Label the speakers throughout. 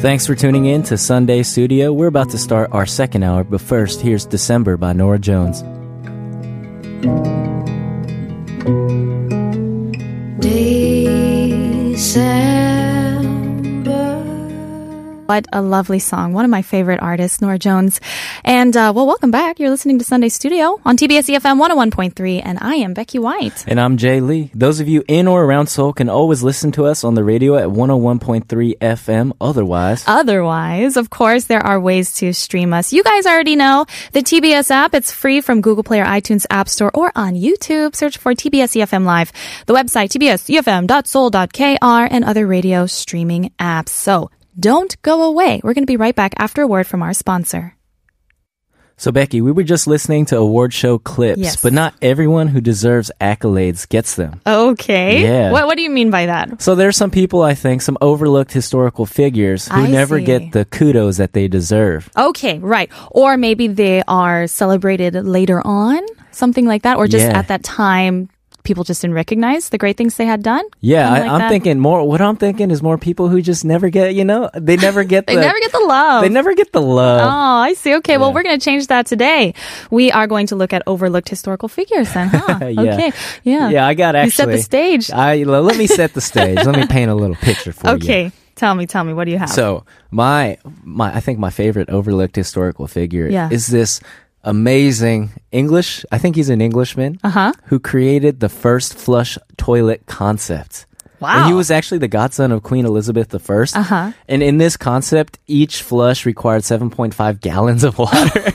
Speaker 1: Thanks for tuning in to Sunday Studio. We're about to start our second hour, but first, here's December by Nora Jones.
Speaker 2: What a lovely song. One of my favorite artists, Nora Jones. And, uh, well, welcome back. You're listening to Sunday Studio on TBS EFM 101.3, and I am Becky White.
Speaker 1: And I'm Jay Lee. Those of you in or around Seoul can always listen to us on the radio at 101.3 FM. Otherwise,
Speaker 2: Uh, Otherwise, of course, there are ways to stream us. You guys already know the TBS app. It's free from Google Play or iTunes App Store or on YouTube. Search for TBS EFM E Live. The website, tbsefm.soul.kr and other radio streaming apps. So don't go away. We're going to be right back after a word from our sponsor.
Speaker 1: so Becky, we were just listening to award show clips,
Speaker 2: Yes.
Speaker 1: but not everyone who deserves accolades gets them.
Speaker 2: Okay.
Speaker 1: Yeah.
Speaker 2: What, what do you mean by that?
Speaker 1: So there's some people, I think, some overlooked historical figures who
Speaker 2: I
Speaker 1: never
Speaker 2: see.
Speaker 1: get the kudos that they deserve.
Speaker 2: Okay, right. Or maybe they are celebrated later on, something like that, or just
Speaker 1: Yeah.
Speaker 2: at that time. People just didn't recognize the great things they had done.
Speaker 1: Yeah,
Speaker 2: Something
Speaker 1: I,
Speaker 2: like
Speaker 1: I'm
Speaker 2: that.
Speaker 1: thinking more. What I'm thinking is more people who just never get, you know, they never get.
Speaker 2: They
Speaker 1: the,
Speaker 2: never get the love.
Speaker 1: They never get the love.
Speaker 2: Oh, I see. Okay, well, we're going to change that today. We are going to look at overlooked historical figures then, huh?
Speaker 1: Yeah.
Speaker 2: Okay. Yeah.
Speaker 1: Yeah, I got
Speaker 2: You set
Speaker 1: actually.
Speaker 2: the stage.
Speaker 1: I let me set the stage. let me paint a little picture for you.
Speaker 2: okay. Tell me, tell me, what do you have?
Speaker 1: So my my I think my favorite overlooked historical figure
Speaker 2: Yeah.
Speaker 1: is this amazing English. I think he's an Englishman
Speaker 2: Uh-huh.
Speaker 1: who created the first flush toilet concept.
Speaker 2: Wow.
Speaker 1: And he was actually the godson of Queen Elizabeth I. Uh-huh. And in this concept, each flush required 7.5 gallons of water.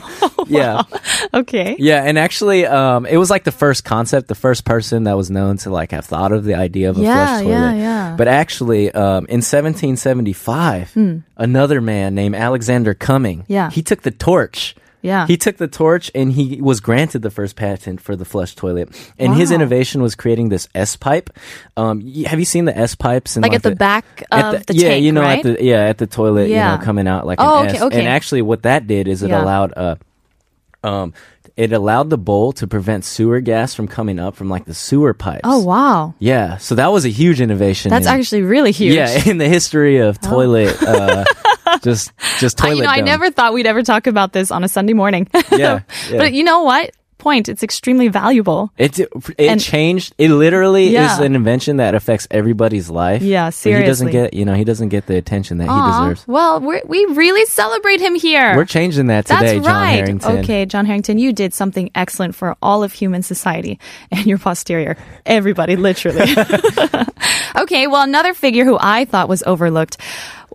Speaker 1: Yeah.
Speaker 2: okay.
Speaker 1: Yeah, and actually, um, it was like the first concept, the first person that was known to like have thought of the idea of a
Speaker 2: Yeah,
Speaker 1: flush toilet.
Speaker 2: yeah, yeah.
Speaker 1: But actually, um, in 1775, another man named Alexander Cumming,
Speaker 2: Hmm. Yeah. Ah.
Speaker 1: he took the torch.
Speaker 2: Yeah.
Speaker 1: He took the torch and he was granted the first patent for the flush toilet. And his
Speaker 2: Wow.
Speaker 1: innovation was creating this S pipe. Um, y- have you seen the S pipes? and
Speaker 2: Like at the back
Speaker 1: at
Speaker 2: of the
Speaker 1: yeah,
Speaker 2: tank,
Speaker 1: you know,
Speaker 2: right?
Speaker 1: at the yeah, at the toilet,
Speaker 2: Yeah.
Speaker 1: you know, coming out like
Speaker 2: Oh,
Speaker 1: an
Speaker 2: okay,
Speaker 1: S.
Speaker 2: okay.
Speaker 1: And actually, what that did is it
Speaker 2: Yeah.
Speaker 1: allowed uh, um, it allowed the bowl to prevent sewer gas from coming up from like the sewer pipes.
Speaker 2: Oh, wow.
Speaker 1: Yeah, so that was a huge innovation.
Speaker 2: That's
Speaker 1: in-
Speaker 2: actually really huge. Oh.
Speaker 1: yeah in the history of toilet, uh, just just
Speaker 2: I-
Speaker 1: toilet.
Speaker 2: you know, I
Speaker 1: dome.
Speaker 2: never thought we'd ever talk about this on a Sunday morning.
Speaker 1: Yeah, yeah.
Speaker 2: But you know what? Point. It's extremely valuable.
Speaker 1: It it
Speaker 2: And-
Speaker 1: changed. It literally is
Speaker 2: Yeah.
Speaker 1: an invention that affects everybody's life.
Speaker 2: Yeah,
Speaker 1: But he doesn't
Speaker 2: seriously.
Speaker 1: get you know he doesn't get the attention that he
Speaker 2: Aw,
Speaker 1: deserves.
Speaker 2: Well, we're, we really celebrate him here.
Speaker 1: We're changing that today,
Speaker 2: That's
Speaker 1: John
Speaker 2: right.
Speaker 1: Harrington.
Speaker 2: Okay, John Harrington, you did something excellent for all of human society and your posterior. Everybody, literally. okay, well, another figure who I thought was overlooked.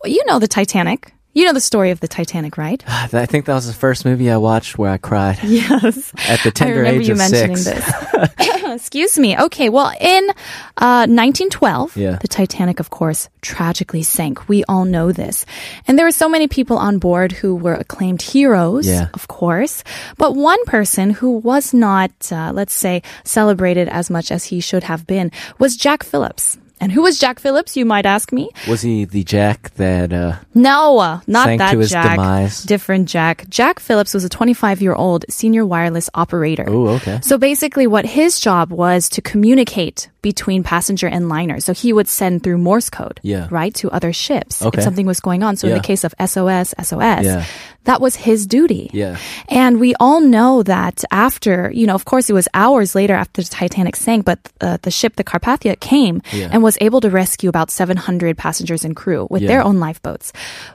Speaker 2: You know the Titanic. You know the story of the Titanic, right?
Speaker 1: I think that was the first movie I watched where I cried. Yes. At the tender
Speaker 2: I remember
Speaker 1: age
Speaker 2: you
Speaker 1: of
Speaker 2: mentioning
Speaker 1: six.
Speaker 2: this. Excuse me. Okay. Well, in uh, 1912,
Speaker 1: Yeah.
Speaker 2: the Titanic, of course, tragically sank. We all know this. And there were so many people on board who were acclaimed heroes,
Speaker 1: Yeah.
Speaker 2: of course. But one person who was not, uh, let's say, celebrated as much as he should have been was Jack Phillips. And who was Jack Phillips, you might ask me?
Speaker 1: Was he the Jack that? Uh,
Speaker 2: No, not
Speaker 1: Sank
Speaker 2: that
Speaker 1: to his
Speaker 2: Jack.
Speaker 1: demise.
Speaker 2: Different Jack. Jack Phillips was a 25 year old senior wireless operator.
Speaker 1: Oh, okay.
Speaker 2: So basically, what his job was to communicate between passenger and liner. So he would send through Morse code,
Speaker 1: Yeah.
Speaker 2: right, to other ships
Speaker 1: Okay.
Speaker 2: if something was going on. So in the
Speaker 1: Yeah.
Speaker 2: case of SOS, SOS,
Speaker 1: Yeah.
Speaker 2: that was his duty.
Speaker 1: Yeah.
Speaker 2: And we all know that after, you know, of course, it was hours later after the Titanic sank, but uh, the ship, the Carpathia, came
Speaker 1: Yeah.
Speaker 2: and was able to rescue about 700 passengers and crew with their
Speaker 1: Yeah.
Speaker 2: own lifeboats.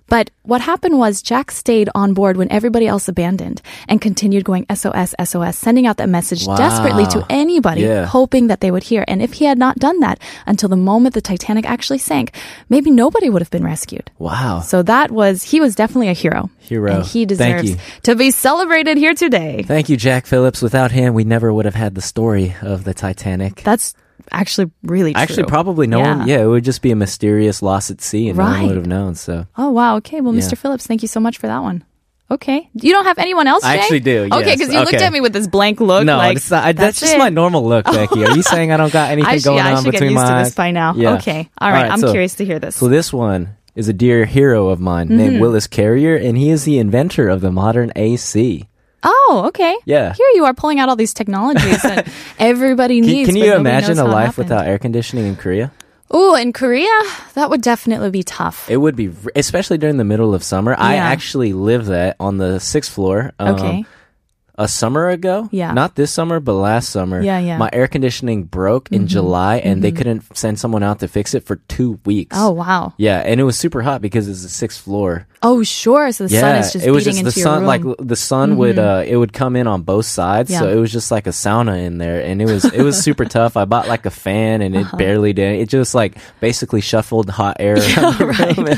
Speaker 2: But what happened was Jack stayed on board when everybody else abandoned and continued going SOS, SOS, sending out that message
Speaker 1: Wow.
Speaker 2: desperately to anybody,
Speaker 1: Yeah.
Speaker 2: hoping that they would hear. And if he had not done that until the moment the Titanic actually sank, maybe nobody would have been rescued.
Speaker 1: wow.
Speaker 2: So that was, he was definitely a hero.
Speaker 1: Hero.
Speaker 2: And he
Speaker 1: Thank
Speaker 2: deserves
Speaker 1: you.
Speaker 2: to be celebrated here today.
Speaker 1: Thank you, Jack Phillips. Without him, we never would have had the story of the Titanic.
Speaker 2: That's actually really true.
Speaker 1: Actually, probably no one. Yeah, it would just be a mysterious loss at sea, and no one
Speaker 2: Right.
Speaker 1: would have known. So
Speaker 2: Oh wow. Okay. Well,
Speaker 1: Yeah.
Speaker 2: Mr. Phillips, thank you so much for that one. Okay. You don't have anyone else?
Speaker 1: I
Speaker 2: Jay?
Speaker 1: actually do, yes.
Speaker 2: Okay, because you looked
Speaker 1: Okay.
Speaker 2: at me with this blank look.
Speaker 1: no,
Speaker 2: like,
Speaker 1: it's not, I, that's, just
Speaker 2: it.
Speaker 1: my normal look, Becky. Are you saying I don't got anything
Speaker 2: I should,
Speaker 1: going
Speaker 2: I
Speaker 1: on
Speaker 2: should get
Speaker 1: between
Speaker 2: used
Speaker 1: my
Speaker 2: to
Speaker 1: eyes?
Speaker 2: this by now.
Speaker 1: Yeah.
Speaker 2: Okay. All right. I'm
Speaker 1: so-
Speaker 2: curious to hear this.
Speaker 1: So this one is a dear hero of mine
Speaker 2: Mm-hmm.
Speaker 1: named Willis Carrier, and he is the inventor of the modern AC.
Speaker 2: oh, okay.
Speaker 1: Yeah.
Speaker 2: Here you are pulling out all these technologies that everybody
Speaker 1: Can,
Speaker 2: needs.
Speaker 1: can
Speaker 2: but
Speaker 1: you
Speaker 2: nobody
Speaker 1: imagine
Speaker 2: knows
Speaker 1: a
Speaker 2: how it
Speaker 1: life
Speaker 2: happened.
Speaker 1: without air conditioning in Korea?
Speaker 2: Ooh, in Korea, that would definitely be tough.
Speaker 1: It would be, r- especially during the middle of summer. I
Speaker 2: Yeah.
Speaker 1: actually lived that on the sixth floor. um,
Speaker 2: okay.
Speaker 1: a summer ago.
Speaker 2: Yeah.
Speaker 1: Not this summer, but last summer.
Speaker 2: Yeah, yeah. Mm-hmm.
Speaker 1: My air conditioning broke in July, and they couldn't send someone out to fix it for two weeks.
Speaker 2: Oh wow.
Speaker 1: Yeah, and it was super hot because it's the sixth floor.
Speaker 2: Oh sure. So the
Speaker 1: yeah,
Speaker 2: sun is just
Speaker 1: it was
Speaker 2: beating
Speaker 1: just
Speaker 2: into
Speaker 1: the
Speaker 2: your
Speaker 1: sun.
Speaker 2: room. Mm-hmm.
Speaker 1: Like l- the sun would, uh, it would come in on both sides, so
Speaker 2: Yeah.
Speaker 1: it was just like a sauna in there, and it was it was super tough. I bought like a fan, and
Speaker 2: Uh-huh.
Speaker 1: it barely did. It just like basically shuffled hot air. around the room.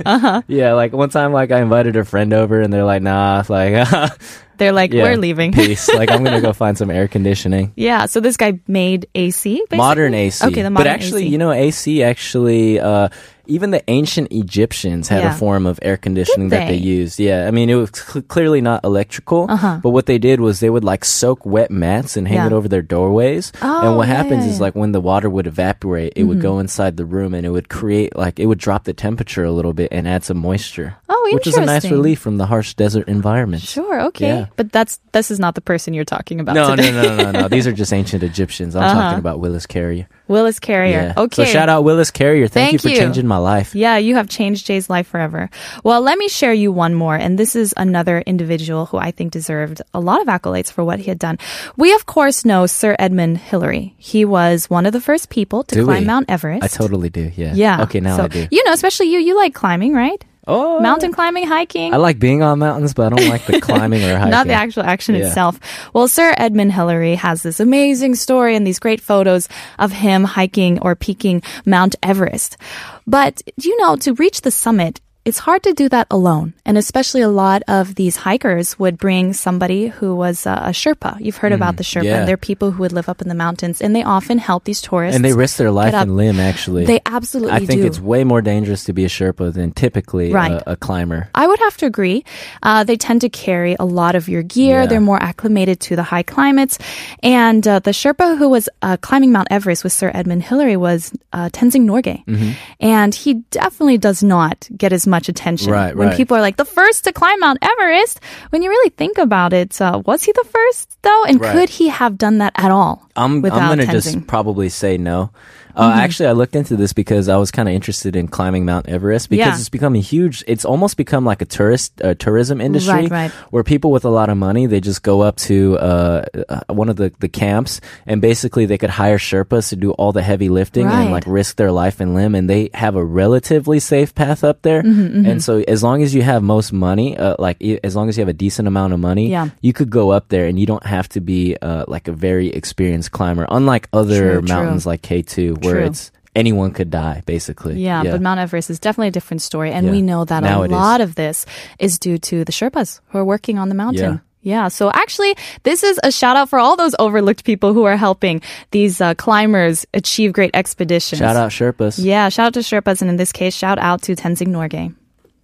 Speaker 2: Uh-huh.
Speaker 1: Yeah, like one time, like I invited a friend over, and they're like, "Nah," it's like
Speaker 2: They're like,
Speaker 1: yeah,
Speaker 2: we're leaving.
Speaker 1: Peace. Like I'm gonna go find some air conditioning.
Speaker 2: yeah. So this guy made AC. Basically?
Speaker 1: Modern AC.
Speaker 2: Okay, the modern
Speaker 1: but actually,
Speaker 2: AC.
Speaker 1: you know, AC actually. Uh, even the ancient Egyptians had a
Speaker 2: Yeah.
Speaker 1: form of air conditioning that they
Speaker 2: they? Uh-huh.
Speaker 1: used. Yeah, I mean, it was cl- clearly not electrical, but what they did was they would like soak wet mats and hang it
Speaker 2: Yeah.
Speaker 1: over their doorways. and
Speaker 2: Oh,
Speaker 1: what
Speaker 2: yeah,
Speaker 1: happens is
Speaker 2: yeah, yeah.
Speaker 1: like
Speaker 2: Mm-hmm.
Speaker 1: when the water would evaporate, it would go inside the room and it would create like it would drop the temperature a little bit and add some moisture.
Speaker 2: Oh,
Speaker 1: Which is a nice
Speaker 2: interesting.
Speaker 1: relief from the harsh desert environment.
Speaker 2: Sure,
Speaker 1: Yeah.
Speaker 2: okay. But that's this is not the person you're talking about
Speaker 1: No,
Speaker 2: today.
Speaker 1: no, no, no, no. These are just ancient Egyptians. I'm
Speaker 2: Uh-huh.
Speaker 1: talking about Willis Carrier.
Speaker 2: Willis Carrier.
Speaker 1: Yeah. So
Speaker 2: Okay.
Speaker 1: shout out Willis Carrier. Thank, you
Speaker 2: Thank
Speaker 1: for
Speaker 2: you.
Speaker 1: changing my life.
Speaker 2: Yeah, you have changed Jay's life forever. Well, let me share you one more. And this is another individual who I think deserved a lot of accolades for what he had done. We, of course, know Sir Edmund Hillary. He was one of the first people
Speaker 1: Do
Speaker 2: to climb
Speaker 1: we?
Speaker 2: Mount Everest.
Speaker 1: I totally do. Yeah.
Speaker 2: Yeah.
Speaker 1: Okay, now
Speaker 2: So,
Speaker 1: I do.
Speaker 2: You know, especially you, you like climbing, right?
Speaker 1: Oh,
Speaker 2: Mountain climbing,
Speaker 1: I
Speaker 2: hiking.
Speaker 1: like being on mountains, but I don't like the climbing or hiking.
Speaker 2: Not the actual action
Speaker 1: Yeah.
Speaker 2: itself. Well, Sir Edmund Hillary has this amazing story and these great photos of him hiking or peaking Mount Everest. But, you know, to reach the summit, it's hard to do that alone. And especially a lot of these hikers would bring somebody who was uh, a Sherpa. You've heard about the Sherpa.
Speaker 1: Mm, yeah.
Speaker 2: They're people who would live up in the mountains and they often help these tourists.
Speaker 1: And they risk their life
Speaker 2: Get up.
Speaker 1: and limb, actually.
Speaker 2: They absolutely
Speaker 1: I think
Speaker 2: do.
Speaker 1: it's way more dangerous to be a Sherpa than typically
Speaker 2: Right.
Speaker 1: a, a climber.
Speaker 2: I would have to agree. Uh, they tend to carry a lot of your gear.
Speaker 1: Yeah.
Speaker 2: They're more acclimated to the high climates. And uh, the Sherpa who was uh, climbing Mount Everest with Sir Edmund Hillary was uh, Tenzing Norgay.
Speaker 1: Mm-hmm.
Speaker 2: And he definitely does not get as much attention.
Speaker 1: Right,
Speaker 2: when
Speaker 1: right.
Speaker 2: people are like, the first to climb Mount Everest, when you really think about it, uh, was he the first, though? And
Speaker 1: Right.
Speaker 2: could he have done that at all?
Speaker 1: I'm,
Speaker 2: without Mm-hmm.
Speaker 1: I'm going to
Speaker 2: Tenzing?
Speaker 1: just probably say no. Uh, Actually, I looked into this because I was kind of interested in climbing Mount Everest because
Speaker 2: Yeah.
Speaker 1: it's become a huge. It's almost become like a tourist uh, tourism industry,
Speaker 2: Right, right.
Speaker 1: where people with a lot of money they just go up to uh, uh, one of the, the camps and basically they could hire Sherpas to do all the heavy lifting and
Speaker 2: Right.
Speaker 1: like risk their life and limb, and they have a relatively safe path up there.
Speaker 2: Mm-hmm,
Speaker 1: And so, as long as you have most money, uh, like e- as long as you have a decent amount of money,
Speaker 2: Yeah.
Speaker 1: you could go up there and you don't have to be uh, like a very experienced climber, unlike other
Speaker 2: True, true.
Speaker 1: mountains like K2, where
Speaker 2: True.
Speaker 1: it's anyone could die, basically.
Speaker 2: Yeah, but Mount Everest is definitely a different story. And
Speaker 1: Yeah.
Speaker 2: we know that
Speaker 1: Now
Speaker 2: a
Speaker 1: it is.
Speaker 2: lot of this is due to the Sherpas who are working on the mountain. Yeah. so actually, this is a shout out for all those overlooked people who are helping these uh, climbers achieve great expeditions.
Speaker 1: Shout out Sherpas.
Speaker 2: Yeah, shout out to Sherpas. And in this case, shout out to Tenzing Norgay.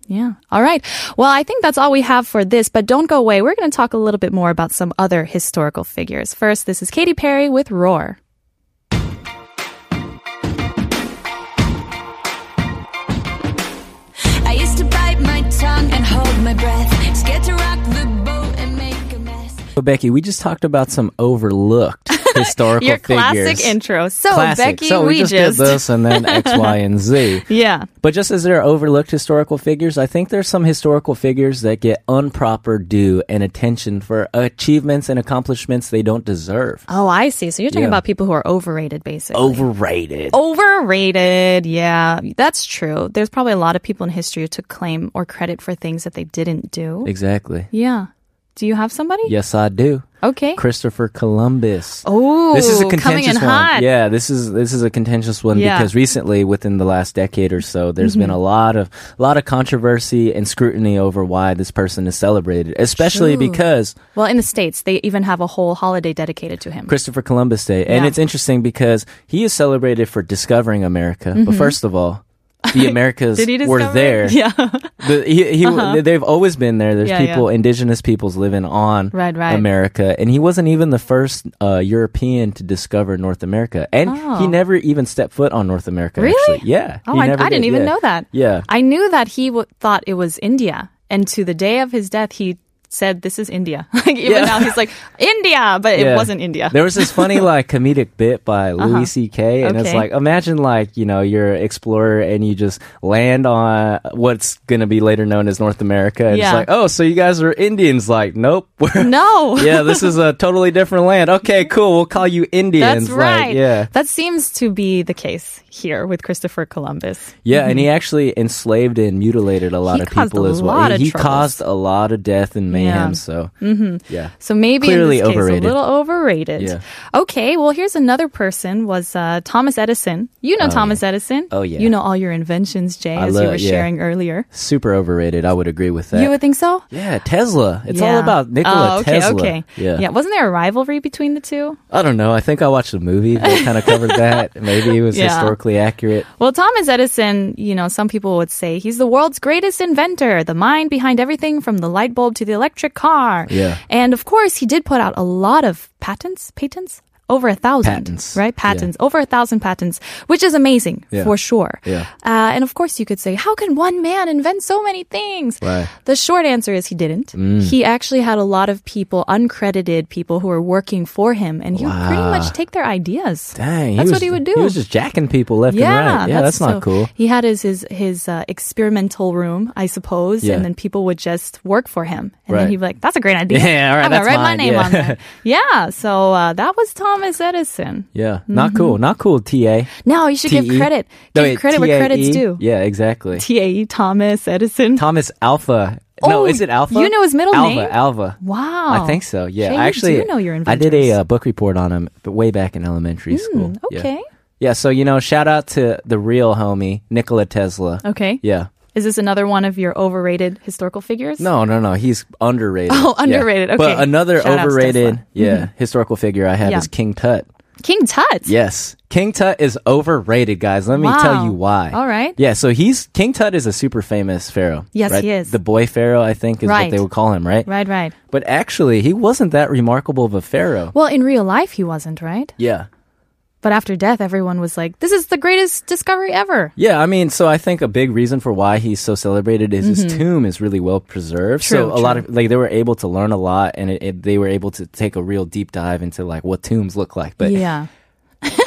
Speaker 2: Yeah. All right. Well, I think that's all we have for this, but don't go away. We're going to talk a little bit more about some other historical figures. First, this is Katy Perry with Roar.
Speaker 3: I used to bite my tongue and hold my breath. Scared to rock the boat and make a mess.
Speaker 1: But Becky, we just talked about some overlooked historical
Speaker 2: Your
Speaker 1: figures.
Speaker 2: classic intro. So,
Speaker 1: Classic.
Speaker 2: Becky,
Speaker 1: so we, just,
Speaker 2: just
Speaker 1: did this and then X, Y, and Z.
Speaker 2: Yeah.
Speaker 1: But just as there are overlooked historical figures, I think there's some historical figures that get unproper due and attention for achievements and accomplishments they don't deserve.
Speaker 2: Oh, I see. So you're talking
Speaker 1: Yeah. Oh.
Speaker 2: about people who are overrated, basically.
Speaker 1: Overrated.
Speaker 2: Oh. Overrated. Yeah, that's true. There's probably a lot of people in history who took claim or credit for things that they didn't do.
Speaker 1: Exactly.
Speaker 2: Yeah. Do you have somebody?
Speaker 1: Yes, I do.
Speaker 2: Okay.
Speaker 1: Christopher Columbus.
Speaker 2: Oh,
Speaker 1: this is a
Speaker 2: coming in
Speaker 1: contentious one.
Speaker 2: hot.
Speaker 1: Yeah, this is this is a contentious one
Speaker 2: Yeah. Mm-hmm.
Speaker 1: because recently, within the last decade or so, there's been a lot of a lot of controversy and scrutiny over why this person is celebrated, especially
Speaker 2: True.
Speaker 1: because
Speaker 2: Well, in the States, they even have a whole holiday dedicated to him.
Speaker 1: Christopher Columbus Day, and
Speaker 2: Yeah.
Speaker 1: it's interesting because he is celebrated for discovering America. But first of all. The Americas
Speaker 2: Mm-hmm. Did he discover?
Speaker 1: were
Speaker 2: it?
Speaker 1: there.
Speaker 2: Yeah. Uh-huh.
Speaker 1: The, he, he, They've always been there. There's
Speaker 2: Yeah,
Speaker 1: people, indigenous peoples living on
Speaker 2: Right, right.
Speaker 1: America. And he wasn't even the first uh, European to discover North America. And
Speaker 2: Oh.
Speaker 1: he never even stepped foot on North America,
Speaker 2: Really?
Speaker 1: actually. Yeah.
Speaker 2: Oh,
Speaker 1: he
Speaker 2: I,
Speaker 1: never
Speaker 2: I didn't
Speaker 1: did,
Speaker 2: even
Speaker 1: yeah.
Speaker 2: know that.
Speaker 1: Yeah.
Speaker 2: I knew that he w- thought it was India, and to the day of his death, he said, "This is India." like even
Speaker 1: Yeah.
Speaker 2: now, he's like, "India," but
Speaker 1: Yeah.
Speaker 2: it wasn't India. Uh-huh.
Speaker 1: There was this funny like comedic bit by Louis C.K. and it's
Speaker 2: Okay.
Speaker 1: like imagine like you know you're an explorer and you just land on what's gonna be later known as North America and
Speaker 2: Yeah.
Speaker 1: it's like oh so you guys are Indians like nope we're
Speaker 2: no.
Speaker 1: yeah this is a totally different land okay cool we'll call you Indians
Speaker 2: That's right.
Speaker 1: like, yeah
Speaker 2: That seems to be the case here with Christopher Columbus.
Speaker 1: Yeah, and he actually enslaved and mutilated a lot
Speaker 2: Mm-hmm. He
Speaker 1: of
Speaker 2: caused
Speaker 1: people
Speaker 2: a
Speaker 1: as well.
Speaker 2: lot
Speaker 1: he
Speaker 2: of
Speaker 1: he
Speaker 2: troubles.
Speaker 1: caused a lot of death and mayhem.
Speaker 2: Yeah.
Speaker 1: So, mm-hmm. yeah,
Speaker 2: So maybe
Speaker 1: Clearly
Speaker 2: in this
Speaker 1: overrated.
Speaker 2: case, a little overrated.
Speaker 1: Yeah.
Speaker 2: Okay, well here's another person was uh, Thomas Edison. You know Thomas Edison.
Speaker 1: Oh, yeah.
Speaker 2: You know all your inventions, Jay,
Speaker 1: I
Speaker 2: as you
Speaker 1: love-
Speaker 2: were
Speaker 1: yeah.
Speaker 2: sharing earlier.
Speaker 1: super overrated. I would agree with that.
Speaker 2: You would think so.
Speaker 1: yeah, Tesla. It's all
Speaker 2: Yeah.
Speaker 1: about Nikola
Speaker 2: oh, okay,
Speaker 1: Tesla.
Speaker 2: Okay.
Speaker 1: Yeah.
Speaker 2: Wasn't there a rivalry between the two?
Speaker 1: I don't know. I think I watched a movie that kind of covered that. Maybe it was
Speaker 2: Yeah.
Speaker 1: historically accurate.
Speaker 2: Well, Thomas Edison, you know, some people would say he's the world's greatest inventor, the mind behind everything from the light bulb to the electric car.
Speaker 1: Yeah.
Speaker 2: And of course, he did put out a lot of patents, patents, over a thousand,
Speaker 1: Patents.
Speaker 2: right?
Speaker 1: Yeah.
Speaker 2: Patents, over a thousand patents, which is amazing
Speaker 1: Yeah.
Speaker 2: for sure.
Speaker 1: Yeah.
Speaker 2: Uh, and of course, you could say, how can one man invent so many things?
Speaker 1: Right. Mm.
Speaker 2: The short answer is he didn't. He actually had a lot of people, uncredited people, who were working for him, and he would pretty
Speaker 1: Wow.
Speaker 2: much take their ideas.
Speaker 1: Dang,
Speaker 2: that's
Speaker 1: was,
Speaker 2: what he would do.
Speaker 1: He was just jacking people left and right. Yeah, that's, not
Speaker 2: so-
Speaker 1: cool.
Speaker 2: He had his his, his uh, experimental room, I suppose,
Speaker 1: Yeah.
Speaker 2: and then people would just work for him, and then
Speaker 1: Right.
Speaker 2: he'd be like, "That's a great idea.
Speaker 1: Yeah, all right,
Speaker 2: I'm gonna
Speaker 1: that's
Speaker 2: write my
Speaker 1: mine,
Speaker 2: name
Speaker 1: yeah.
Speaker 2: on there." yeah, so uh, that was Thomas Edison.
Speaker 1: Yeah, not cool. Not cool. Ta.
Speaker 2: Now you should give
Speaker 1: TE.
Speaker 2: credit.
Speaker 1: No,
Speaker 2: Mm-hmm. Give
Speaker 1: wait, E?
Speaker 2: credit where credit's
Speaker 1: TAE?
Speaker 2: due.
Speaker 1: Yeah, exactly.
Speaker 2: T.A. Thomas Edison.
Speaker 1: Thomas Alpha.
Speaker 2: Oh,
Speaker 1: no, is it Alpha?
Speaker 2: you know his middle
Speaker 1: Alva,
Speaker 2: name?
Speaker 1: Alva. I
Speaker 2: Wow.
Speaker 1: think so. Yeah,
Speaker 2: Jay,
Speaker 1: I
Speaker 2: you
Speaker 1: actually
Speaker 2: do know your
Speaker 1: I did
Speaker 2: inventors. Mm,
Speaker 1: a uh, book report on him, but way back in elementary school. Yeah.
Speaker 2: okay.
Speaker 1: Yeah. So you know, shout out to the real homie Nikola Tesla.
Speaker 2: Okay.
Speaker 1: Yeah.
Speaker 2: Is this another one of your overrated historical figures?
Speaker 1: No, no, no. He's underrated.
Speaker 2: Oh,
Speaker 1: Yeah.
Speaker 2: underrated,
Speaker 1: But
Speaker 2: okay.
Speaker 1: another
Speaker 2: Shout outs,
Speaker 1: overrated,
Speaker 2: Tesla.
Speaker 1: yeah, historical figure I have
Speaker 2: Mm-hmm. Yeah.
Speaker 1: is King Tut.
Speaker 2: King Tut.
Speaker 1: Yes. King Tut is overrated, guys. Let me
Speaker 2: Wow.
Speaker 1: tell you why.
Speaker 2: All right.
Speaker 1: Yeah, so he's King Tut is a super famous pharaoh.
Speaker 2: Yes,
Speaker 1: right?
Speaker 2: he is.
Speaker 1: The boy pharaoh, I think, is what
Speaker 2: Right.
Speaker 1: they would call him, right?
Speaker 2: Right. Right.
Speaker 1: But actually, he wasn't that remarkable of a pharaoh.
Speaker 2: Well, in real life, he wasn't right.
Speaker 1: Yeah.
Speaker 2: But after death, everyone was like, "This is the greatest discovery ever."
Speaker 1: Yeah, I mean, so I think a big reason for why he's so celebrated is his tomb is really well preserved. so
Speaker 2: Mm-hmm. True,
Speaker 1: a lot of like they were able to learn a lot, and it, it, they were able to take a real deep dive into like what tombs look like. But
Speaker 2: yeah.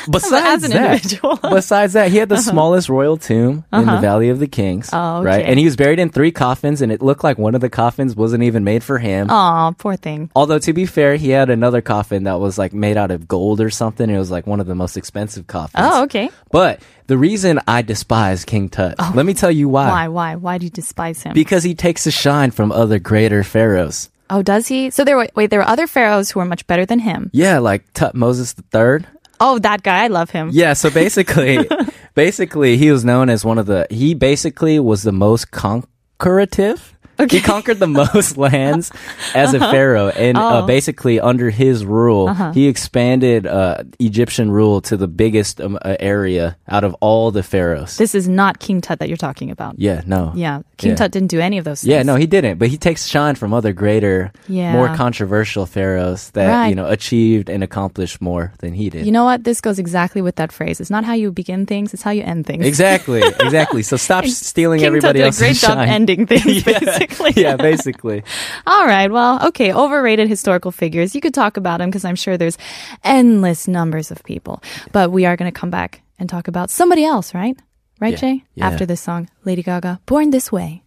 Speaker 1: besides
Speaker 2: as an
Speaker 1: that,
Speaker 2: individual. Uh-huh.
Speaker 1: besides that, he had the smallest royal tomb in the Valley of the Kings,
Speaker 2: Oh, okay.
Speaker 1: right? And he was buried in three coffins, and it looked like one of the coffins wasn't even made for him.
Speaker 2: Aw, poor thing.
Speaker 1: Although to be fair, he had another coffin that was like made out of gold or something. It was like one of the most expensive coffins.
Speaker 2: Oh, okay.
Speaker 1: But the reason I despise King Tut, let me tell you why.
Speaker 2: Why? Why? Why do you despise him?
Speaker 1: Because he takes the shine from other greater pharaohs.
Speaker 2: oh, does he? So there. Were, wait, there were other pharaohs who were much better than him.
Speaker 1: Yeah, like Tutmosis III.
Speaker 2: Oh, that guy. I love him.
Speaker 1: Yeah, so basically, basically he was known as one of the. He basically was the most conquerative. He conquered the most lands as a pharaoh, and uh, basically under his rule, he expanded uh, Egyptian rule to the biggest um, uh, area out of all the pharaohs.
Speaker 2: This is not King Tut that you're talking about.
Speaker 1: yeah, no.
Speaker 2: Yeah. King
Speaker 1: Yeah.
Speaker 2: Tut didn't do any of those. Things.
Speaker 1: Yeah, no, he didn't. But he takes shine from other greater,
Speaker 2: Yeah.
Speaker 1: more controversial pharaohs that
Speaker 2: Right.
Speaker 1: you know achieved and accomplished more than he did.
Speaker 2: You know what? This goes exactly with that phrase. It's not how you begin things; it's how you end things.
Speaker 1: exactly, exactly. So stop stealing
Speaker 2: King Tut
Speaker 1: everybody
Speaker 2: did a
Speaker 1: else's
Speaker 2: great job
Speaker 1: shine.
Speaker 2: ending things, basically.
Speaker 1: yeah, basically.
Speaker 2: All right. Well, okay. Overrated historical figures. You could talk about them because I'm sure there's endless numbers of people. But we are going to come back and talk about somebody else, right? Right,
Speaker 1: Yeah.
Speaker 2: Jay?
Speaker 1: Yeah.
Speaker 2: After this song, Lady Gaga, Born This Way.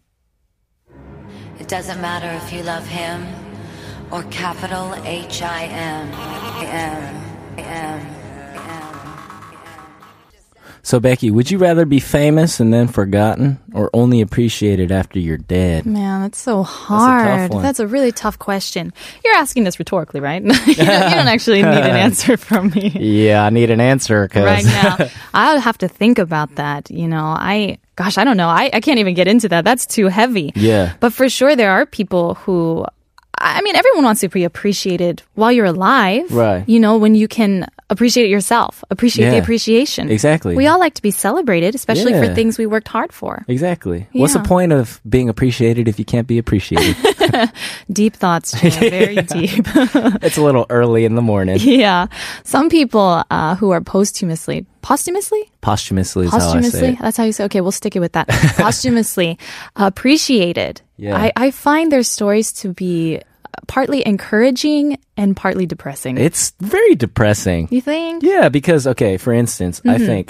Speaker 3: It doesn't matter if you love him or capital H I M. I am. I am. I am.
Speaker 1: So So Becky, would you rather be famous and then forgotten, or only appreciated after you're dead?
Speaker 2: Man, that's so
Speaker 1: tough
Speaker 2: hard.
Speaker 1: one.
Speaker 2: really tough question. You're asking this rhetorically, right? you, don't, you don't actually need an answer from me
Speaker 1: Yeah, I need an answer because
Speaker 2: right now. I'll have to think about that. You know, I, gosh, I don't know. I, I can't even get into that. That's too heavy.
Speaker 1: Yeah.
Speaker 2: But for sure, there are people who, I mean, everyone wants to be appreciated while you're alive.
Speaker 1: Right.
Speaker 2: You know, when you can appreciate it yourself, appreciate the
Speaker 1: Yeah.
Speaker 2: appreciation.
Speaker 1: Exactly.
Speaker 2: We all like to be celebrated, especially for
Speaker 1: Yeah.
Speaker 2: things we worked hard for.
Speaker 1: exactly. What's the
Speaker 2: Yeah.
Speaker 1: point of being appreciated if you can't be appreciated?
Speaker 2: Deep thoughts, Jay, very deep.
Speaker 1: it's a little early in the morning.
Speaker 2: yeah. Some people uh, who are posthumously, posthumously?
Speaker 1: Posthumously is how I say
Speaker 2: Posthumously?
Speaker 1: it.
Speaker 2: That's how you say Okay, we'll stick it with that. posthumously appreciated.
Speaker 1: Yeah.
Speaker 2: I, I find their stories to be partly encouraging and partly depressing.
Speaker 1: It's very depressing.
Speaker 2: you think?
Speaker 1: Yeah, because okay, for instance, I
Speaker 2: Mm-hmm.
Speaker 1: think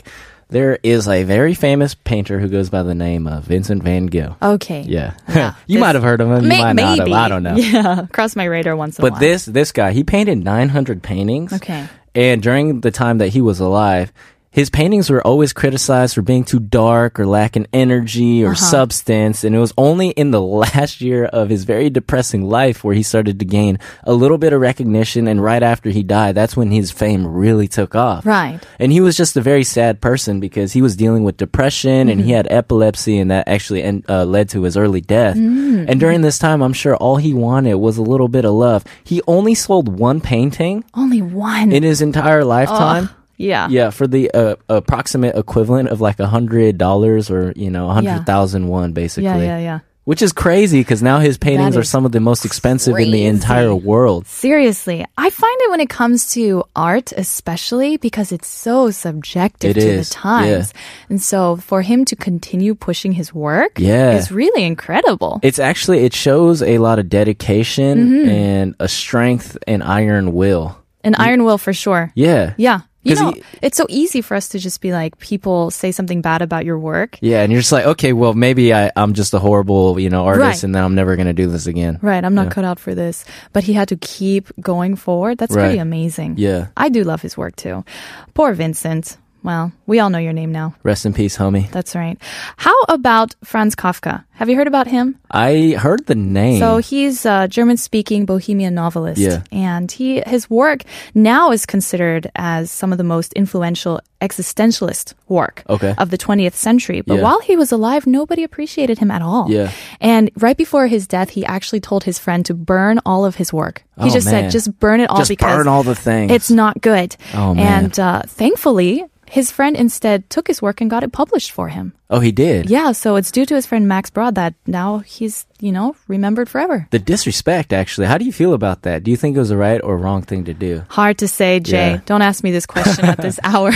Speaker 1: there is a very famous painter who goes by the name of Vincent Van Gogh.
Speaker 2: Okay.
Speaker 1: Yeah,
Speaker 2: Oh. This-
Speaker 1: you might have heard of him. You
Speaker 2: May-
Speaker 1: might not have.
Speaker 2: maybe.
Speaker 1: I don't know.
Speaker 2: Yeah. Cross my radar once in a
Speaker 1: But
Speaker 2: while.
Speaker 1: this this guy, he painted 900 paintings.
Speaker 2: Okay.
Speaker 1: And during the time that he was alive, his paintings were always criticized for being too dark or lacking energy or
Speaker 2: Uh-huh.
Speaker 1: substance. And it was only in the last year of his very depressing life where he started to gain a little bit of recognition. And right after he died, that's when his fame really took off.
Speaker 2: Right.
Speaker 1: And he was just a very sad person because he was dealing with depression and he had
Speaker 2: Mm-hmm.
Speaker 1: epilepsy, and that actually en- uh, led to his early death.
Speaker 2: Mm.
Speaker 1: And during this time, I'm sure all he wanted was a little bit of love. He only sold one painting
Speaker 2: Only one.
Speaker 1: in his entire
Speaker 2: Oh.
Speaker 1: lifetime.
Speaker 2: yeah.
Speaker 1: Yeah, for the uh, approximate equivalent of like a hundred dollars or you know a
Speaker 2: Yeah.
Speaker 1: hundred thousand one, basically.
Speaker 2: Yeah, yeah, yeah.
Speaker 1: Which is crazy because now his paintings are
Speaker 2: That is
Speaker 1: some of the most expensive in the entire world.
Speaker 2: Seriously, I find it when it comes to art, especially because it's so subjective
Speaker 1: It
Speaker 2: to
Speaker 1: is,
Speaker 2: the times. And so for him to continue pushing his work
Speaker 1: Yeah.
Speaker 2: is really incredible.
Speaker 1: It's actually it shows a lot of dedication
Speaker 2: Mm-hmm.
Speaker 1: and a strength and iron will.
Speaker 2: An iron will for sure.
Speaker 1: Yeah.
Speaker 2: Yeah. You
Speaker 1: 'Cause
Speaker 2: know,
Speaker 1: he-
Speaker 2: it's so easy for us to just be like, people say something bad about your work.
Speaker 1: Yeah, and you're just like, okay, well, maybe I, I'm just a horrible, you know, artist,
Speaker 2: Right.
Speaker 1: and then I'm never gonna do this again.
Speaker 2: Right, I'm not cut out for this. But he had to keep going forward. That's
Speaker 1: Right.
Speaker 2: pretty amazing.
Speaker 1: Yeah.
Speaker 2: I do love his work too. Poor Vincent. Well, we all know your name now.
Speaker 1: Rest in peace, homie.
Speaker 2: That's right. How about Franz Kafka? Have you heard about him?
Speaker 1: I heard the name.
Speaker 2: So he's a German-speaking Bohemian novelist,
Speaker 1: Mm. Yeah.
Speaker 2: and he his work now is considered as some of the most influential existentialist work
Speaker 1: Okay.
Speaker 2: of the 20th century. But
Speaker 1: Yeah.
Speaker 2: while he was alive, nobody appreciated him at all.
Speaker 1: Yeah.
Speaker 2: And right before his death, he actually told his friend to burn all of his work.
Speaker 1: Oh,
Speaker 2: He just
Speaker 1: man.
Speaker 2: said, "Just burn it all
Speaker 1: Just
Speaker 2: because
Speaker 1: burn all the things.
Speaker 2: It's not good."
Speaker 1: Oh, man.
Speaker 2: And uh, thankfully, his friend instead took his work and got it published for him.
Speaker 1: oh, he did.
Speaker 2: Yeah, so it's due to his friend Max Brod that now he's, you know, remembered forever.
Speaker 1: The disrespect, actually. How do you feel about that? Do you think it was the right or wrong thing to do?
Speaker 2: Hard to say, Jay.
Speaker 1: Yeah.
Speaker 2: Don't ask me this question at this hour.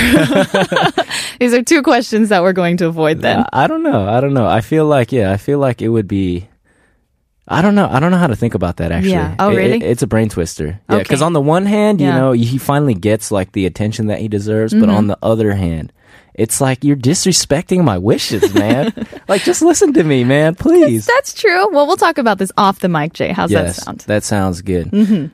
Speaker 2: These are two questions that we're going to avoid then.
Speaker 1: I, I don't know. I don't know. I feel like, yeah, I feel like it would be. I don't know. I don't know how to think about that actually.
Speaker 2: Yeah. Oh,
Speaker 1: It-
Speaker 2: really?
Speaker 1: it- it's a brain twister. Yeah.
Speaker 2: Okay.
Speaker 1: Because on the one hand, you
Speaker 2: Yeah. Mm-hmm.
Speaker 1: know, he finally gets like the attention that he deserves, but on the other hand, it's like you're disrespecting my wishes, man. like, just listen to me, man, please.
Speaker 2: That's true. Well, we'll talk about this off the mic, Jay. How's that
Speaker 1: Yes,
Speaker 2: sound? Mm-hmm.
Speaker 1: sounds good.